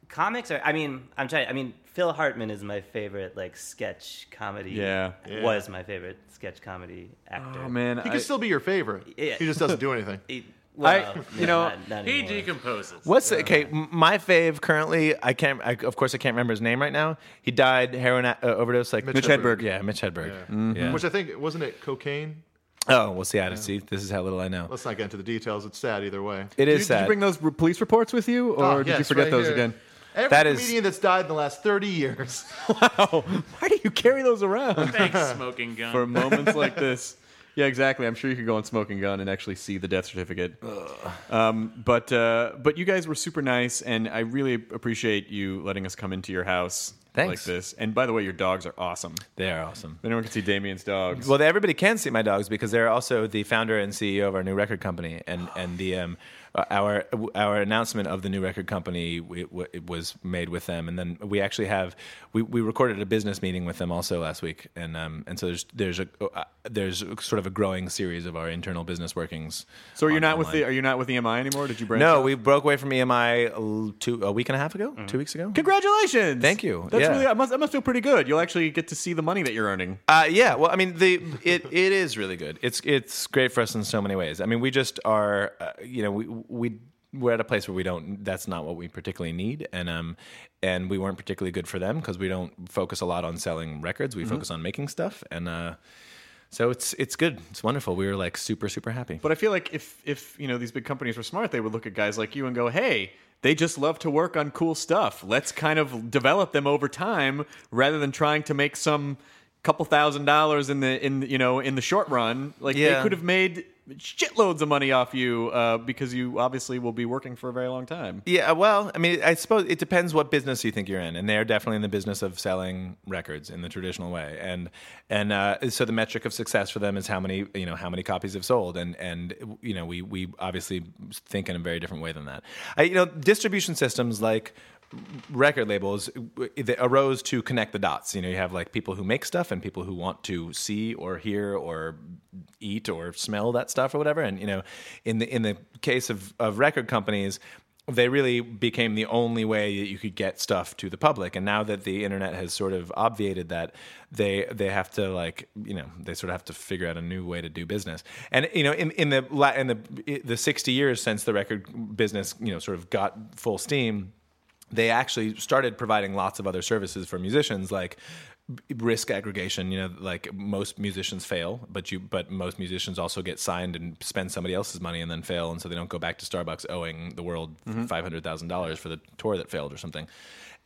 Speaker 4: comics are. I mean, I'm trying. I mean, Phil Hartman is my favorite like sketch comedy.
Speaker 3: Yeah.
Speaker 4: was my favorite sketch comedy actor.
Speaker 3: Oh man,
Speaker 6: He
Speaker 3: I-
Speaker 6: could still be your favorite.
Speaker 4: Yeah.
Speaker 6: He just doesn't do anything.
Speaker 4: He- well,
Speaker 3: you know,
Speaker 4: not, not
Speaker 6: E
Speaker 8: He
Speaker 4: anymore.
Speaker 8: decomposes.
Speaker 2: What's
Speaker 3: uh,
Speaker 2: okay? m- My fave currently, I can't. I, of course, I can't remember his name right now. He died heroin uh, overdose, like
Speaker 6: Mitch Mitch Hedberg. Hedberg.
Speaker 2: Yeah, Mitch Hedberg. Yeah.
Speaker 6: Which I think wasn't it cocaine?
Speaker 2: Oh, we'll see. I see. This is how little I know.
Speaker 6: Let's not get into the details. It's sad either way.
Speaker 2: It
Speaker 3: did,
Speaker 2: is
Speaker 3: you, did
Speaker 2: sad.
Speaker 3: you bring those re- police reports with you, or
Speaker 6: Oh,
Speaker 3: did you
Speaker 6: yes,
Speaker 3: forget
Speaker 6: right
Speaker 3: those
Speaker 6: here.
Speaker 3: again?
Speaker 6: Every
Speaker 2: That is-
Speaker 6: comedian that's died in the last 30 years.
Speaker 3: Wow, why do you carry those around
Speaker 8: Thanks, smoking gun.
Speaker 3: Oh, for moments like this? Yeah, exactly. I'm sure you could go on Smoking Gun and actually see the death certificate. Um, but uh, but you guys were super nice, and I really appreciate you letting us come into your house
Speaker 2: Thanks.
Speaker 3: like this. And by the way, your dogs are awesome.
Speaker 2: they are awesome.
Speaker 3: Anyone can see Damien's dogs.
Speaker 2: Well, everybody can see my dogs because they're also the founder and CEO of our new record company, and and the um, uh, our our announcement of the new record company w- w- it was made with them, and then we actually have we, we recorded a business meeting with them also last week, and um and so there's there's a uh, there's sort of a growing series of our internal business workings.
Speaker 3: so are you
Speaker 2: on-
Speaker 3: not with
Speaker 2: online.
Speaker 3: the are you not with EMI anymore? Did you branch?
Speaker 2: No,
Speaker 3: out?
Speaker 2: we broke away from EMI l- two a week and a half
Speaker 3: Mm-hmm.
Speaker 2: ago, two weeks ago.
Speaker 3: Congratulations!
Speaker 2: Thank you.
Speaker 3: That's
Speaker 2: Yeah.
Speaker 3: really. I must. I must feel pretty good. You'll actually get to see the money that you're earning.
Speaker 2: Uh, yeah, well, I mean, the it, it is really good. It's it's great for us in so many ways. I mean, we just are, uh, you know, we we we're at a place where we don't. That's not what we particularly need, and um, and we weren't particularly good for them because we don't focus a lot on selling records. We focus on making stuff, and uh, so it's it's good. It's wonderful. We were like super super happy.
Speaker 3: But I feel like if if you know these big companies were smart, they would look at guys like you and go, "Hey, they just love to work on cool stuff. Let's kind of develop them over time rather than trying to make some couple thousand dollars in the in you know in the short run. Like they
Speaker 2: Yeah.
Speaker 3: could have made shitloads of money off you uh, because you obviously will be working for a very long time.
Speaker 2: Yeah, well, I mean, I suppose it depends what business you think you're in, and they're definitely in the business of selling records in the traditional way, and and uh, so the metric of success for them is how many you know how many copies have sold, and and you know we we obviously think in a very different way than that. I, you know, distribution systems like record labels it arose to connect the dots you know you have like people who make stuff and people who want to see or hear or eat or smell that stuff or whatever and you know in the in the case of of record companies they really became the only way that you could get stuff to the public and now that the internet has sort of obviated that they they have to like you know they sort of have to figure out a new way to do business and you know in in the la- in the the 60 years since the record business you know sort of got full steam they actually started providing lots of other services for musicians like b- risk aggregation you know like most musicians fail but you but most musicians also get signed and spend somebody else's money and then fail and so they don't go back to starbucks owing the world $500000 for the tour that failed or something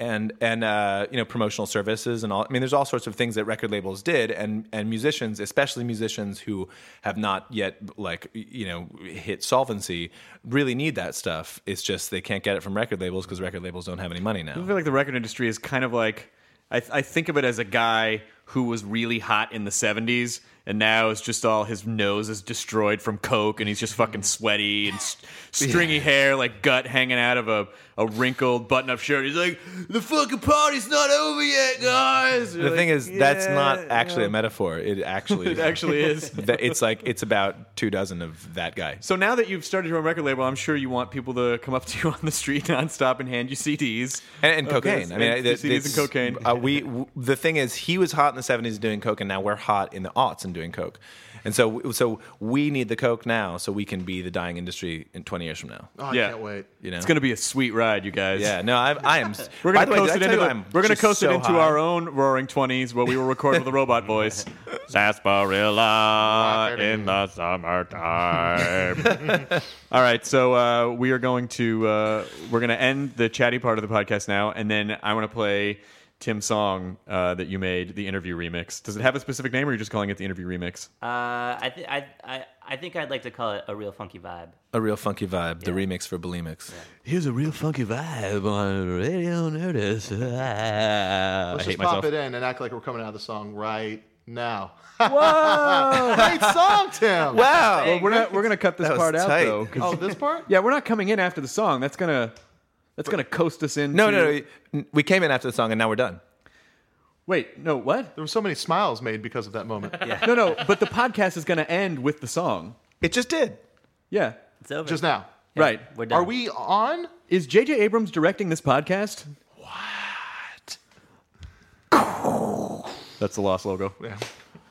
Speaker 2: and and uh, you know promotional services and all. I mean, there's all sorts of things that record labels did, and and musicians, especially musicians who have not yet like you know hit solvency, really need that stuff. It's just they can't get it from record labels because record labels don't have any money now.
Speaker 3: I feel like the record industry is kind of like I, I think of it as a guy who was really hot in the 70s and now it's just all his nose is destroyed from coke and he's just fucking sweaty and st- stringy hair like gut hanging out of a, a wrinkled button-up shirt he's like the fucking party's not over yet guys
Speaker 2: The thing is, that's not actually a metaphor. It actually
Speaker 3: It actually is.
Speaker 2: That- It's like it's about two dozen of that guy.
Speaker 3: so now that you've started your own record label i'm sure you want people to come up to you on the street nonstop and hand you cds
Speaker 2: and, and
Speaker 3: of
Speaker 2: cocaine.
Speaker 3: this,
Speaker 2: I mean,
Speaker 3: Oh, and
Speaker 2: it-
Speaker 3: cds and
Speaker 2: it's-
Speaker 3: cocaine
Speaker 2: Uh, we w- the thing is, he was hot in the '70s doing coke, and now we're hot in the aughts and doing coke. And so, so we need the coke now, so we can be the dying industry in 20 years from now.
Speaker 6: Oh, I
Speaker 3: Yeah.
Speaker 6: can't wait.
Speaker 2: You know,
Speaker 3: it's gonna be a sweet ride you guys
Speaker 2: yeah. No, I, I am. s-
Speaker 3: We're
Speaker 2: by
Speaker 3: gonna
Speaker 2: the way,
Speaker 3: coast
Speaker 2: did
Speaker 3: it
Speaker 2: I tell
Speaker 3: into
Speaker 2: you
Speaker 3: the-
Speaker 2: I'm
Speaker 3: we're gonna
Speaker 2: just
Speaker 3: coast
Speaker 2: so
Speaker 3: it into
Speaker 2: high?
Speaker 3: our own roaring twenties where we will record with a robot voice. Sarsaparilla in the summertime. All right, so uh, we are going to uh, we're gonna end the chatty part of the podcast now, and then I want to play Tim's song uh, that you made, the interview remix. Does it have a specific name, or are you just calling it the interview remix?
Speaker 4: Uh, I, th- I, I, I think I'd like to call it a real funky vibe.
Speaker 2: a real funky vibe. The remix for Bulimix.
Speaker 3: Here's a real funky vibe on Radio Notice. I
Speaker 6: Let's
Speaker 3: hate
Speaker 6: just pop
Speaker 3: myself.
Speaker 6: it in and act like we're coming out of the song right now. Great song, Tim.
Speaker 2: Wow.
Speaker 3: Well, we're not, we're gonna cut this
Speaker 2: was
Speaker 3: part out
Speaker 2: tight.
Speaker 3: though. 'cause-
Speaker 6: Oh, this part?
Speaker 3: Yeah, we're not coming in after the song. That's gonna that's gonna coast us in.
Speaker 2: No, no, no. We came in after the song, and now we're done.
Speaker 3: Wait, no, what?
Speaker 6: There were so many smiles made because of that moment.
Speaker 3: No, no. But the podcast is gonna end with the song.
Speaker 2: It just did.
Speaker 3: Yeah,
Speaker 4: It's over.
Speaker 6: Just now.
Speaker 3: right.
Speaker 4: We're done.
Speaker 6: Are we on?
Speaker 3: Is J.J. Abrams directing this podcast? What? That's the lost logo. Yeah.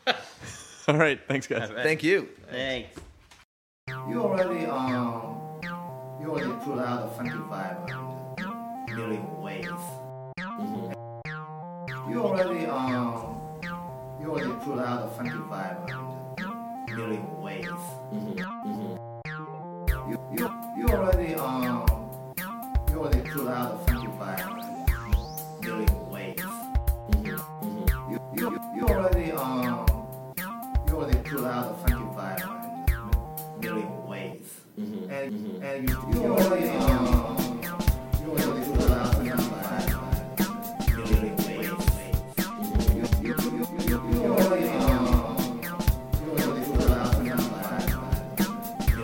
Speaker 3: All right. Thanks, guys.
Speaker 2: Thank you.
Speaker 4: Thanks.
Speaker 9: You already um, you already put out a funky vibe on the million ways. You already um, you already put out a funky vibe on the million ways. You you you already um, you already put out a funky vibe on the million ways. You you you already um, you already put out a funky vibe on the million ways. And, and you, you already, um, you already put out the vibe. Million ways. You, you, you, you, you, you already, um, you already put out the vibe.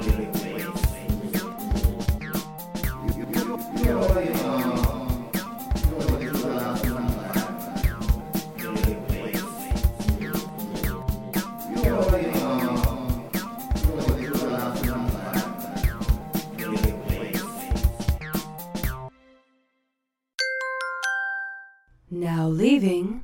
Speaker 9: Million ways. You, you, you, you already, um, you already put out the vibe. Million ways. You already, um, you already put out the vibe. Million ways.
Speaker 1: Now leaving